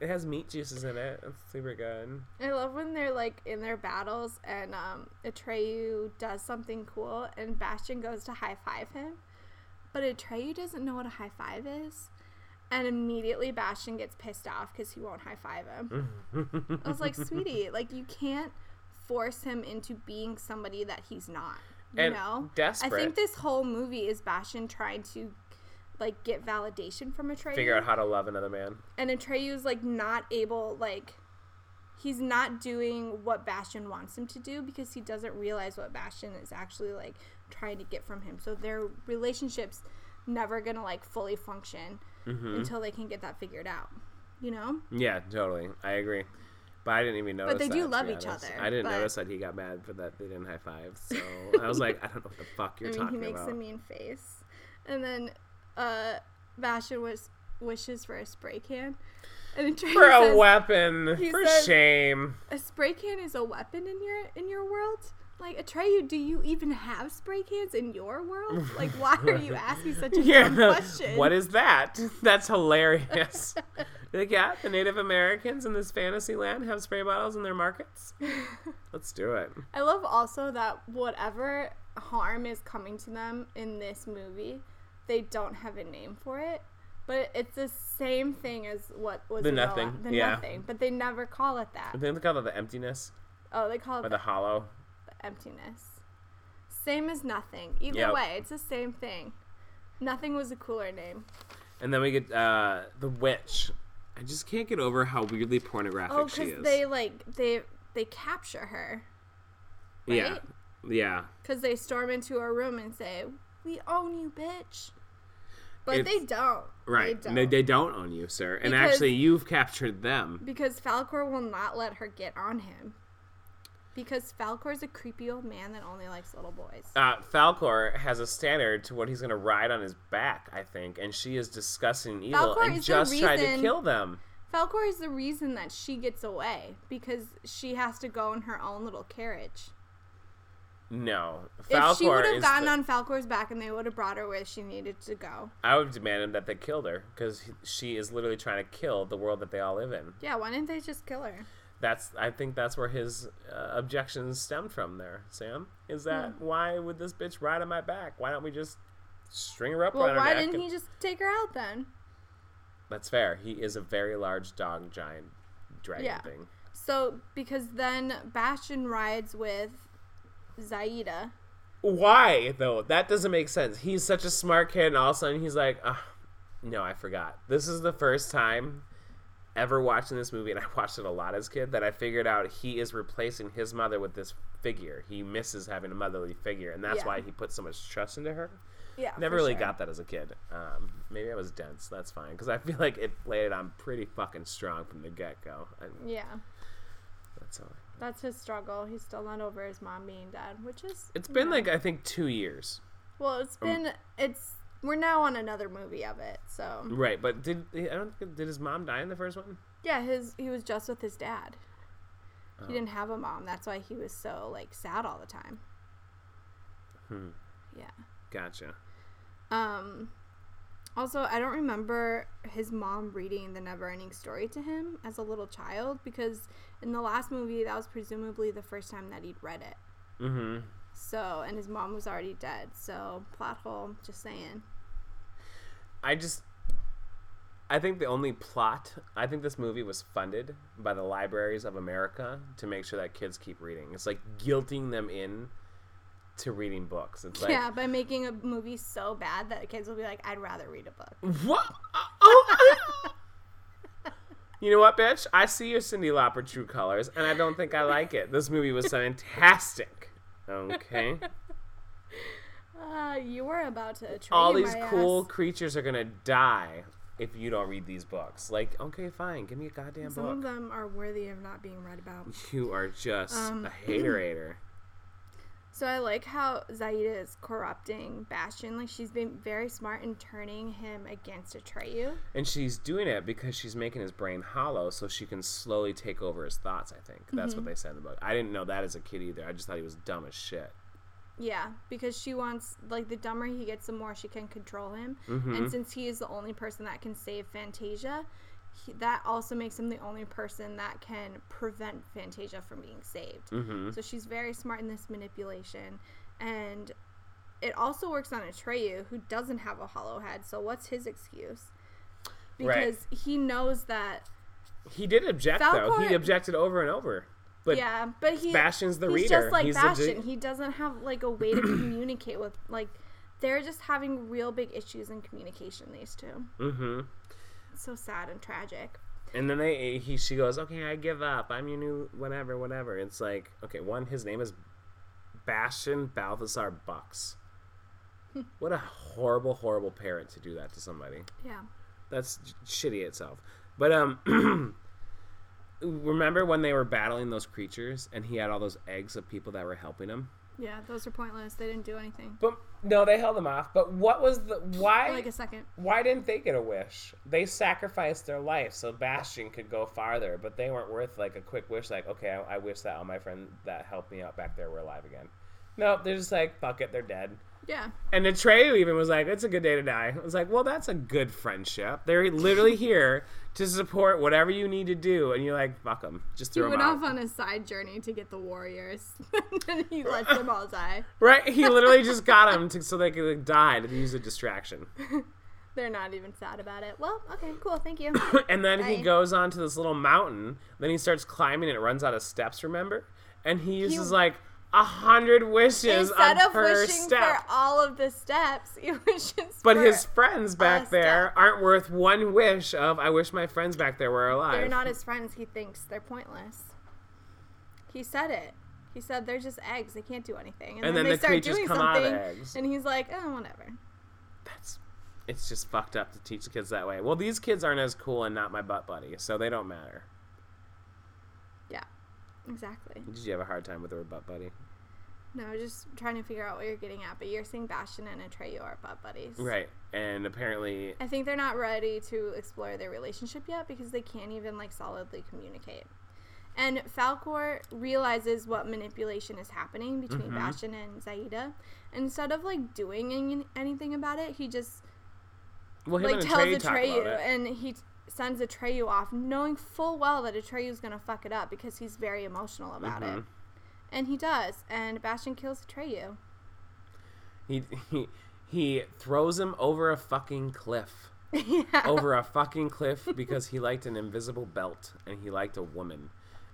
S2: it has meat juices in it. It's super good.
S1: I love when they're like in their battles and um, Atreyu does something cool and Bastion goes to high five him, but Atreyu doesn't know what a high five is, and immediately Bastion gets pissed off because he won't high five him. I was like, sweetie, like you can't force him into being somebody that he's not. You
S2: And
S1: know, I
S2: desperate.
S1: think this whole movie is Bastion trying to like get validation from Atreyu
S2: Figure out how to love another man.
S1: and Atreyu's like not able like he's not doing what Bastion wants him to do because he doesn't realize what Bastion is actually like trying to get from him. So their relationships never going to like fully function
S2: Hmm.
S1: until they can get that figured out. You know?
S2: Mm-hmm. Yeah, totally. I agree. But I didn't even notice.
S1: they
S2: that,
S1: do
S2: to
S1: love
S2: be
S1: each
S2: honest.
S1: other,
S2: I didn't
S1: but-
S2: notice that he got mad for that they didn't high five. So I was like, I don't know what the fuck you're
S1: I mean,
S2: talking
S1: he makes
S2: about.
S1: a mean face. And then uh Bastion was wishes for a spray can. And Atreyu
S2: For a
S1: says,
S2: weapon.
S1: he
S2: For
S1: says-
S2: shame.
S1: a spray can is a weapon in your in your world. Like Atreyu, do you even have spray cans in your world? Like, why are you asking such a
S2: Yeah.
S1: dumb question?
S2: What is that? That's hilarious. like, yeah, the Native Americans in this fantasy land have spray bottles in their markets. Let's do it.
S1: I love also that whatever harm is coming to them in this movie, they don't have a name for it. But it's the same thing as what was
S2: The
S1: in la-
S2: nothing,
S1: the
S2: yeah.
S1: nothing. But they never call it that.
S2: I think they call that the emptiness
S1: Oh, they call it
S2: or the hollow.
S1: emptiness. Same as nothing. Either
S2: Yep.
S1: way, it's the same thing. Nothing was a cooler name.
S2: And then we get uh, the witch. I just can't get over how weirdly pornographic
S1: Oh,
S2: she
S1: because
S2: is.
S1: they like they they capture her
S2: Yeah.
S1: right?
S2: Yeah.
S1: because they storm into her room and say, "We own you, bitch." But
S2: It's-
S1: they don't.
S2: Right.
S1: They
S2: and They,
S1: don't.
S2: they don't own you, sir. And
S1: Because-
S2: actually, you've captured them.
S1: Because Falcor will not let her get on him. Because Falcor's a creepy old man that only likes little boys.
S2: Uh, Falcor has a standard to what he's going to ride on his back, I think, and she is discussing evil
S1: Falcor
S2: and
S1: is the
S2: just tried to
S1: reason-
S2: kill them.
S1: Falcor is the reason that she gets away because she has to go in her own little carriage.
S2: No,
S1: if she would
S2: Falcor
S1: have
S2: is.
S1: gotten
S2: the-
S1: on Falcor's back and they would have brought her where she needed to go,
S2: I would demand him that they killed her because she is literally trying to kill the world that they all live in.
S1: yeah, why didn't they just kill her?
S2: That's I think that's where his uh, objections stemmed from. There, Sam, is that
S1: Hmm.
S2: why would this bitch ride on my back? Why don't we just string her up
S1: Well,
S2: around her
S1: why
S2: neck?
S1: didn't
S2: and-
S1: he just take her out then?
S2: That's fair. He is a very large dog giant dragon
S1: Yeah.
S2: thing.
S1: So because then Bastion rides with Zaida.
S2: Why though? That doesn't make sense. He's such a smart kid, and all of a sudden he's like, "Ah, "No, I forgot." This is the first time ever watching this movie, and I watched it a lot as a kid. That I figured out he is replacing his mother with this figure. He misses having a motherly figure, and that's
S1: Yeah.
S2: why he put so much trust into her.
S1: Yeah,
S2: Never really got that as a kid. Um, maybe I was dense. That's fine because I feel like it laid it on pretty fucking strong from the get go.
S1: Yeah,
S2: That's all.
S1: that's his struggle. He's still not over his mom being dead, which is
S2: It's been like I think two years.
S1: well, it's
S2: Oh.
S1: been it's we're now on another movie of it. So
S2: Right, but did I don't think did his mom die in the first one?
S1: yeah, his he was just with his dad.
S2: Oh.
S1: He didn't have a mom. That's why he was so like sad all the time. Hmm. Yeah.
S2: Gotcha.
S1: Um, also, I don't remember his mom reading the Neverending Story to him as a little child because in the last movie, that was presumably the first time that he'd read it.
S2: Mm-hmm.
S1: So, and his mom was already dead. So, plot hole. Just saying.
S2: I just I think the only plot I think this movie was funded by the libraries of America to make sure that kids keep reading. It's like guilting them in to reading books. It's like
S1: yeah, by making a movie so bad that kids will be like, "I'd rather read a book."
S2: what? Oh, you know what, bitch? I see your Cindy Lauper true colors, and I don't think I like it. This movie was fantastic. Okay.
S1: Uh, you were about to train
S2: all these
S1: my
S2: cool
S1: ass.
S2: creatures are gonna die if you don't read these books. Like, okay, fine, give me a goddamn
S1: Some of
S2: book.
S1: them are worthy of not being read about.
S2: You are just
S1: Um,
S2: a haterator.
S1: So I like how Zaida is corrupting Bastion. Like she's been very smart in turning him against Atreyu.
S2: And she's doing it because she's making his brain hollow so she can slowly take over his thoughts, I think. That's
S1: Mm-hmm.
S2: what they said in the book. I didn't know that as a kid either. I just thought he was dumb as shit.
S1: Yeah, because she wants like the dumber he gets, the more she can control him.
S2: Mm-hmm.
S1: And since he is the only person that can save Fantasia, he, that also makes him the only person that can prevent Fantasia from being saved.
S2: Mm-hmm.
S1: So she's very smart in this manipulation, and it also works on Atreyu, who doesn't have a hollow head. So what's his excuse?
S2: Right.
S1: Because he knows that
S2: He did object though.
S1: Falcor-
S2: He objected over and over. But
S1: yeah, but he
S2: Bastion's the
S1: he's
S2: reader.
S1: just like
S2: He's the
S1: Bastion.
S2: dude-
S1: he doesn't have like a way to communicate with like they're just having real big issues in communication. These two,
S2: hmm
S1: it's so sad and tragic.
S2: And then they he she goes, Okay, I give up. I'm your new whatever, whatever. It's like, okay, one, his name is Bastion Balthazar Bucks. what a horrible, horrible parent to do that to somebody.
S1: Yeah,
S2: That's j- shitty itself. But um remember when they were battling those creatures and he had all those eggs of people that were helping him?
S1: yeah, those are pointless. They didn't do anything.
S2: But no, they held him off. But what was the why
S1: Like a second.
S2: why didn't they get a wish? They sacrificed their life so Bastion could go farther, but they weren't worth like a quick wish. Like, okay, I, I wish that all my friends that helped me out back there were alive again. No, they're just like, fuck it, they're dead.
S1: Yeah,
S2: And Atreyu even was like, it's a good day to die. I was like, well, that's a good friendship. They're literally here to support whatever you need to do, and you're like, fuck them, just
S1: he
S2: throw them
S1: went
S2: out.
S1: off on a side journey to get the warriors, and then he lets them all die.
S2: right? He literally just got them to, so they could like, die to use a distraction.
S1: They're not even sad about it. Well, okay, cool. Thank you.
S2: and then he
S1: Right.
S2: goes on to this little mountain. Then he starts climbing, and it runs out of steps. Remember? And he uses like a hundred wishes
S1: Instead
S2: on
S1: of
S2: per
S1: wishing
S2: step.
S1: for all of the steps, he wishes.
S2: but
S1: for
S2: his friends back
S1: step.
S2: there aren't worth one wish of "I wish my friends back there were alive."
S1: They're not his friends. He thinks they're pointless. He said it. He said they're just eggs. They can't do anything. And,
S2: And
S1: then,
S2: then
S1: they
S2: the
S1: start
S2: creatures
S1: doing
S2: come out of
S1: something,
S2: eggs.
S1: and he's like, oh, whatever.
S2: That's it's just fucked up to teach the kids that way. Well, these kids aren't as cool and not my butt buddy, so they don't matter.
S1: Yeah, exactly.
S2: Did you have a hard time with the word butt buddy?
S1: No, I was just trying to figure out what you're getting at, but you're saying Bastion and Atreyu are butt buddies.
S2: Right. And apparently,
S1: I think they're not ready to explore their relationship yet because they can't even like solidly communicate. And Falcor realizes what manipulation is happening between
S2: Mhm.
S1: Bastion and Zaida. And instead of like doing any- anything about it, he just
S2: well, him
S1: like
S2: and
S1: tells
S2: Atreyu talk about
S1: Atreyu
S2: it.
S1: and he t- sends Atreyu off, knowing full well that Atreyu's gonna fuck it up because he's very emotional about it.
S2: Mhm.
S1: And he does, and Bastion kills Atreyu.
S2: He, he he throws him over a fucking cliff.
S1: yeah.
S2: over a fucking cliff because he liked an invisible belt and he liked a woman.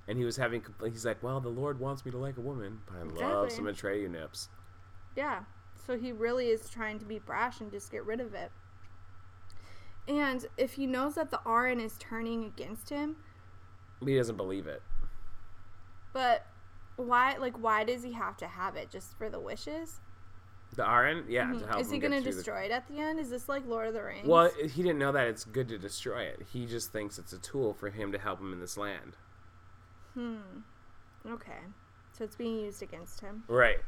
S2: And he was having, compl- he's like, well, the Lord wants me to like a woman, but I love
S1: Exactly.
S2: some Atreyu nips.
S1: Yeah. So he really is trying to be brash and just get rid of it. And if he knows that the Aran is turning against him,
S2: But He doesn't believe it.
S1: but why like why does he have to have it just for the wishes?
S2: The Aran, yeah, to help
S1: Mm-hmm. Is he
S2: him get
S1: going to
S2: through the-
S1: destroy it at the end? Is this like Lord of the Rings?
S2: Well, he didn't know that it's good to destroy it. He just thinks it's a tool for him to help him in this land.
S1: okay. So it's being used against him.
S2: Right.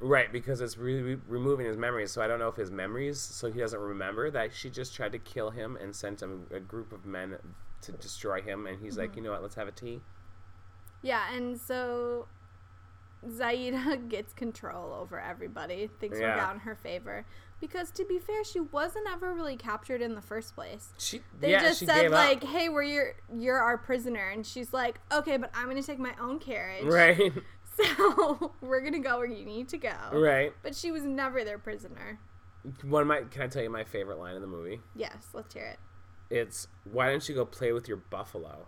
S2: Right, because it's re- re- removing his memories. So I don't know if his memories, so he doesn't remember that she just tried to kill him and sent him a group of men to destroy him. And he's
S1: Mm-hmm.
S2: like, you know what? Let's have a tea.
S1: Yeah, and so Zaida gets control over everybody. Things
S2: Yeah.
S1: work out in her favor because to be fair, she wasn't ever really captured in the first place.
S2: She,
S1: They
S2: yeah,
S1: just
S2: she
S1: said
S2: gave up.
S1: like, "Hey, we're your you're our prisoner," and she's like, "Okay, but I'm gonna take my own carriage,
S2: Right,
S1: So we're gonna go where you need to go."
S2: right.
S1: But she was never their prisoner.
S2: One of my can I tell you my favorite line in the movie?
S1: Yes, let's hear it.
S2: It's why don't you go play with your buffalo?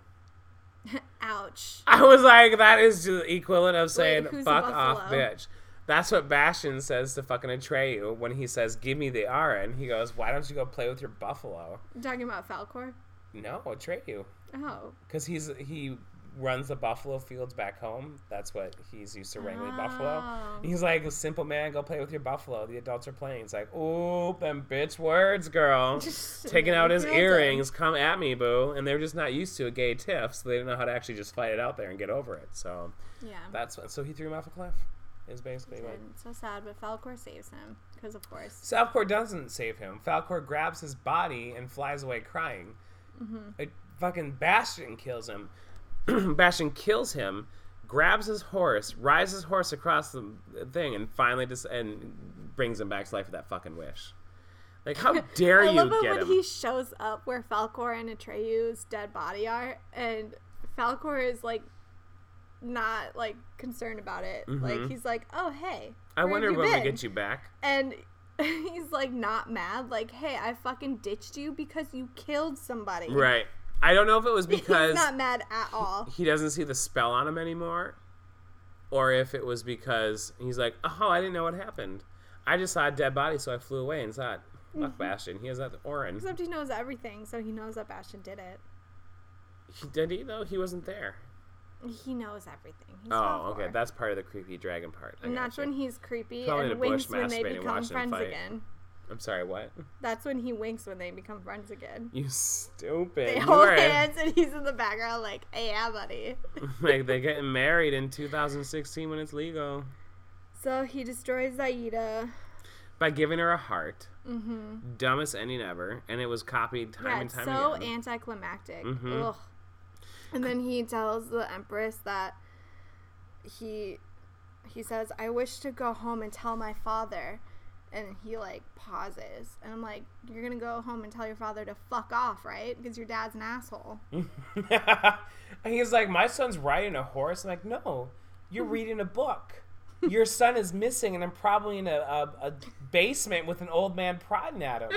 S1: Ouch.
S2: I was like, that is the equivalent of saying
S1: who's a
S2: fuck off,
S1: buffalo?
S2: bitch. That's what Bastion says to fucking Atreyu when he says, "Give me the Aran." He goes, "Why don't you go play with your buffalo?"
S1: Talking about Falcor.
S2: No, Atreyu,
S1: Oh,
S2: because he's he runs the buffalo fields back home. That's what he's used to wrangling buffalo.
S1: Oh.
S2: He's like, "Simple man, go play with your buffalo." The adults are playing. It's like, "Ooh, them bitch words, girl." taking out his
S1: Killed him.
S2: earrings, come at me, boo. And they're just not used to a gay tiff, so they didn't know how to actually just fight it out there and get over it. So
S1: Yeah.
S2: that's what, so he threw him off a cliff. Is basically what.
S1: It's so sad, but Falcor saves him because, of course.
S2: Falcor doesn't save him. Falcor grabs his body and flies away crying.
S1: Mm-hmm.
S2: A fucking Bastion kills him. Bastion kills him, grabs his horse, rides his horse across the thing, and finally just and brings him back to life with that fucking wish. Like, how dare
S1: I
S2: you
S1: love it
S2: get
S1: when
S2: him?
S1: he shows up where Falcor and Atreyu's dead body are, and Falcor is like not like concerned about it. Like he's like, "Oh hey,
S2: Mm-hmm.
S1: where
S2: I
S1: have
S2: wonder
S1: you
S2: when
S1: been?
S2: we get you back.
S1: and he's like not mad like hey i fucking ditched you because you killed somebody
S2: Right. I don't know if it was
S1: he's
S2: because
S1: not mad at all
S2: he doesn't see the spell on him anymore, or if it was because he's like, oh, I didn't know what happened. I just saw a dead body, so I flew away and saw it.
S1: Mm-hmm.
S2: Fuck Bastion. He has that Orin.
S1: except he knows everything so he knows that bastion did it
S2: He, did he though? He wasn't there.
S1: he knows everything he's
S2: Oh,
S1: Falcor.
S2: okay. That's part of the creepy dragon part. I
S1: and that's
S2: gotcha.
S1: when he's creepy
S2: Probably in a
S1: and
S2: bush
S1: winks when they
S2: masturbating,
S1: become
S2: watching him
S1: friends
S2: fight.
S1: again
S2: I'm sorry. What?
S1: that's when he winks when they become friends again
S2: You stupid.
S1: they
S2: You
S1: hold
S2: are a-
S1: hands and he's in the background like hey yeah buddy
S2: like they're getting married in 2016 when it's legal
S1: so he destroys zaida
S2: by giving her a heart. Mm-hmm. Dumbest ending ever, and it was copied time
S1: Yeah,
S2: and
S1: it's
S2: time
S1: so
S2: again.
S1: anticlimactic.
S2: Mhm.
S1: Ugh. And then he tells the Empress that he he says, "I wish to go home and tell my father." And he like pauses, and I'm like, "You're gonna go home and tell your father to fuck off, right? Because your dad's an asshole."
S2: and he's like, My son's riding a horse. I'm like, No, you're reading a book. Your son is missing, and I'm probably in a, a, a basement with an old man prodding at him.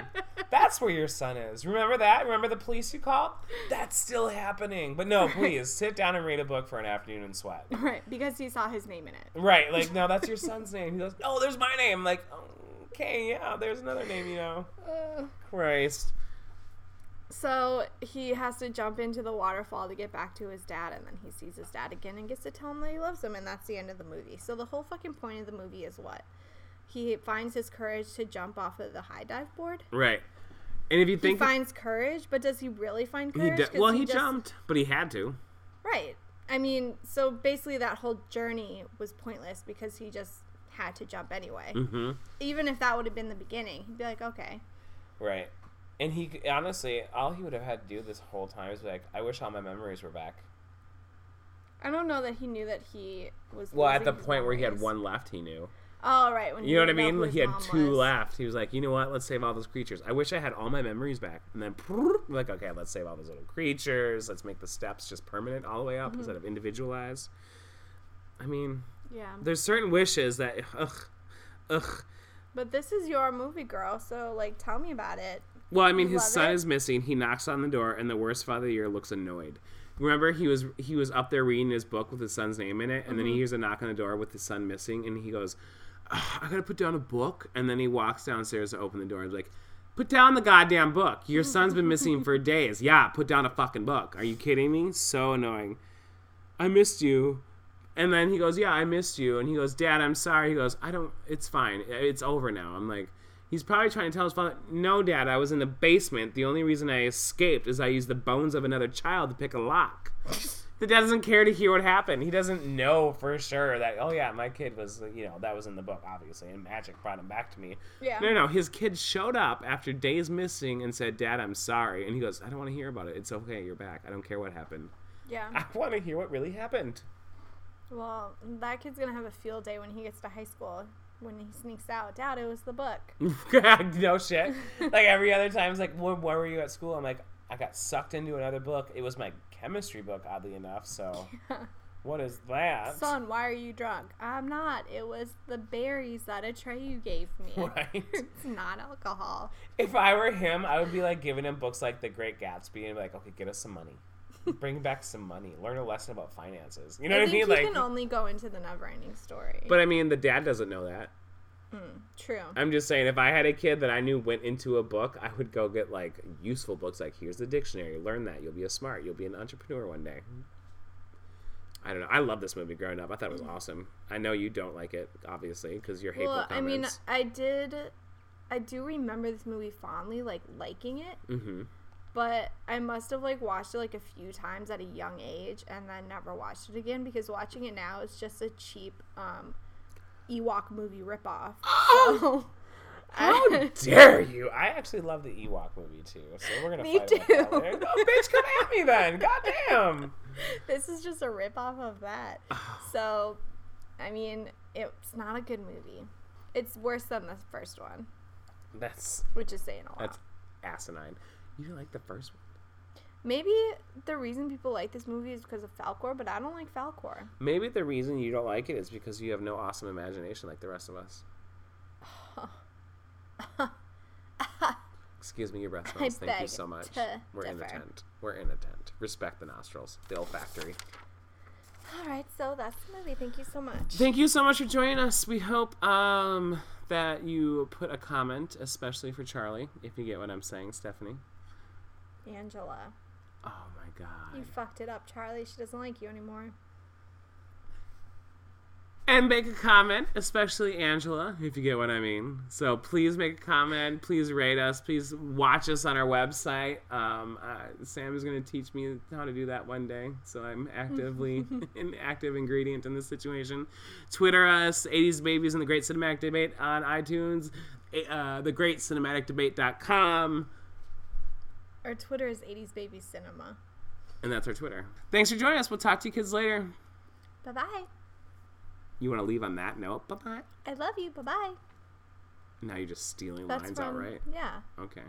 S2: That's where your son is. Remember that? Remember the police you called? That's still happening. But no, please sit down and read a book for an afternoon and sweat.
S1: right? Because he saw his name in it.
S2: Right, like, no, that's your son's name. He goes, Oh, there's my name. I'm like, okay, yeah, there's another name, you know. Christ.
S1: So he has to jump into the waterfall to get back to his dad, and then he sees his dad again and gets to tell him that he loves him, and that's the end of the movie. So the whole fucking point of the movie is what? He finds his courage to jump off of the high dive board.
S2: Right. And if you
S1: He
S2: think
S1: finds courage, but does he really find
S2: he
S1: courage?
S2: de-
S1: 'Cause
S2: well, he,
S1: just-
S2: jumped, but he had to.
S1: Right. I mean, so basically that whole journey was pointless because he just had to jump anyway.
S2: Mm-hmm.
S1: Even if that would have been the beginning, he'd be like, okay.
S2: Right. And he honestly, all he would have had to do this whole time is like, I wish all my memories were back.
S1: I don't know that he knew that he was.
S2: Well, at
S1: losing
S2: the
S1: his
S2: point where he had
S1: memories.
S2: one left, he knew.
S1: Oh, right. When
S2: You know what I
S1: didn't
S2: mean?
S1: who
S2: Like he
S1: his
S2: had
S1: mom
S2: two
S1: was.
S2: left. He was like, you know what? Let's save all those creatures. I wish I had all my memories back. And then, like, okay, let's save all those little creatures. Let's make the steps just permanent all the way
S1: Mm-hmm.
S2: up instead of individualized. I mean,
S1: Yeah.
S2: there's certain wishes that, ugh, ugh.
S1: But this is your movie, girl. So, like, tell me about it.
S2: Well, I mean,
S1: You
S2: his
S1: love
S2: son
S1: it?
S2: is missing. He knocks on the door, and the worst father of the year looks annoyed. Remember, he was he was up there reading his book with his son's name in it, and then
S1: Mm-hmm.
S2: he hears a knock on the door with his son missing, and he goes, "Ugh, "I gotta put down a book." And then he walks downstairs to open the door. He's like, "Put down the goddamn book! Your son's been missing for days. Yeah, put down a fucking book. Are you kidding me? So annoying. I missed you." And then he goes, "Yeah, I missed you." And he goes, "Dad, I'm sorry." He goes, "I don't. It's fine. It's over now." I'm like, he's probably trying to tell his father, "No, Dad, I was in the basement. The only reason I escaped is I used the bones of another child to pick a lock." the dad doesn't care to hear what happened. He doesn't know for sure that, "Oh yeah, my kid was, you know, that was in the book, obviously, and magic brought him back to me."
S1: Yeah.
S2: No, no, no. His kid showed up after days missing and said, "Dad, I'm sorry." And he goes, "I don't want to hear about it. It's okay. You're back. I don't care what happened.
S1: Yeah.
S2: I want to hear what really happened."
S1: Well, that kid's going to have a field day when he gets to high school. When he sneaks out, Dad, it was the book.
S2: no shit. Like every other time, it's like, where, where were you at school? I'm like, I got sucked into another book. It was my chemistry book, oddly enough. So, what is that?
S1: Son, why are you drunk? I'm not. It was the berries that a tray you gave me.
S2: Right.
S1: it's not alcohol.
S2: If I were him, I would be like giving him books like The Great Gatsby and be like, okay, get us some money. Bring back some money. Learn a lesson about finances. You know
S1: I
S2: what I
S1: think
S2: mean?
S1: you
S2: Like,
S1: can only go into the never-ending story.
S2: but I mean, the dad doesn't know that.
S1: True.
S2: I'm just saying, if I had a kid that I knew went into a book, I would go get like useful books. Like, here's the dictionary. Learn that. You'll be a smart. You'll be an entrepreneur one day. I don't know. I love this movie growing up. I thought it was awesome. I know you don't like it, obviously, because you're hateful
S1: Mm. Well, I mean,
S2: comments.
S1: I did, I do remember this movie fondly, like liking it,
S2: hmm
S1: but I must have like watched it like a few times at a young age and then never watched it again because watching it now is just a cheap um, Ewok movie ripoff. So
S2: How dare you? I actually love the Ewok movie too, so we're gonna
S1: Me
S2: fight about that
S1: too.
S2: later. No, bitch, come at me then. Goddamn.
S1: this is just a ripoff of that. So, I mean, it's not a good movie. It's worse than the first one,
S2: That's
S1: which is saying a lot.
S2: that's asinine. You didn't like the first one?
S1: Maybe the reason people like this movie is because of Falcor, but I don't like Falcor.
S2: Maybe the reason you don't like it is because you have no awesome imagination like the rest of us. Excuse me, your breath smells. Thank you
S1: beg
S2: so much.
S1: to
S2: We're in a
S1: differ.
S2: tent. We're in a tent. Respect the nostrils, the olfactory.
S1: All right, so that's the movie. Thank you so much.
S2: Thank you so much for joining us. We hope um, that you put a comment, especially for Charlie, if you get what I'm saying, Stephanie.
S1: Angela,
S2: Oh my
S1: you
S2: god.
S1: fucked it up, Charlie. She doesn't like you anymore.
S2: And make a comment, especially Angela, if you get what I mean. So please make a comment. Please rate us. Please watch us on our website. Um, uh, Sam is going to teach me how to do that one day. So I'm actively an active ingredient in this situation. Twitter us, 80s Babies and the Great Cinematic Debate on iTunes, a- uh, thegreatcinematicdebate.com.
S1: Our Twitter is 80s Baby Cinema.
S2: And that's our Twitter. Thanks for joining us. We'll talk to you kids later.
S1: Bye bye.
S2: You want to leave on that note? Bye bye.
S1: I love you. Bye bye.
S2: Now you're just stealing lines outright.
S1: Yeah.
S2: Okay.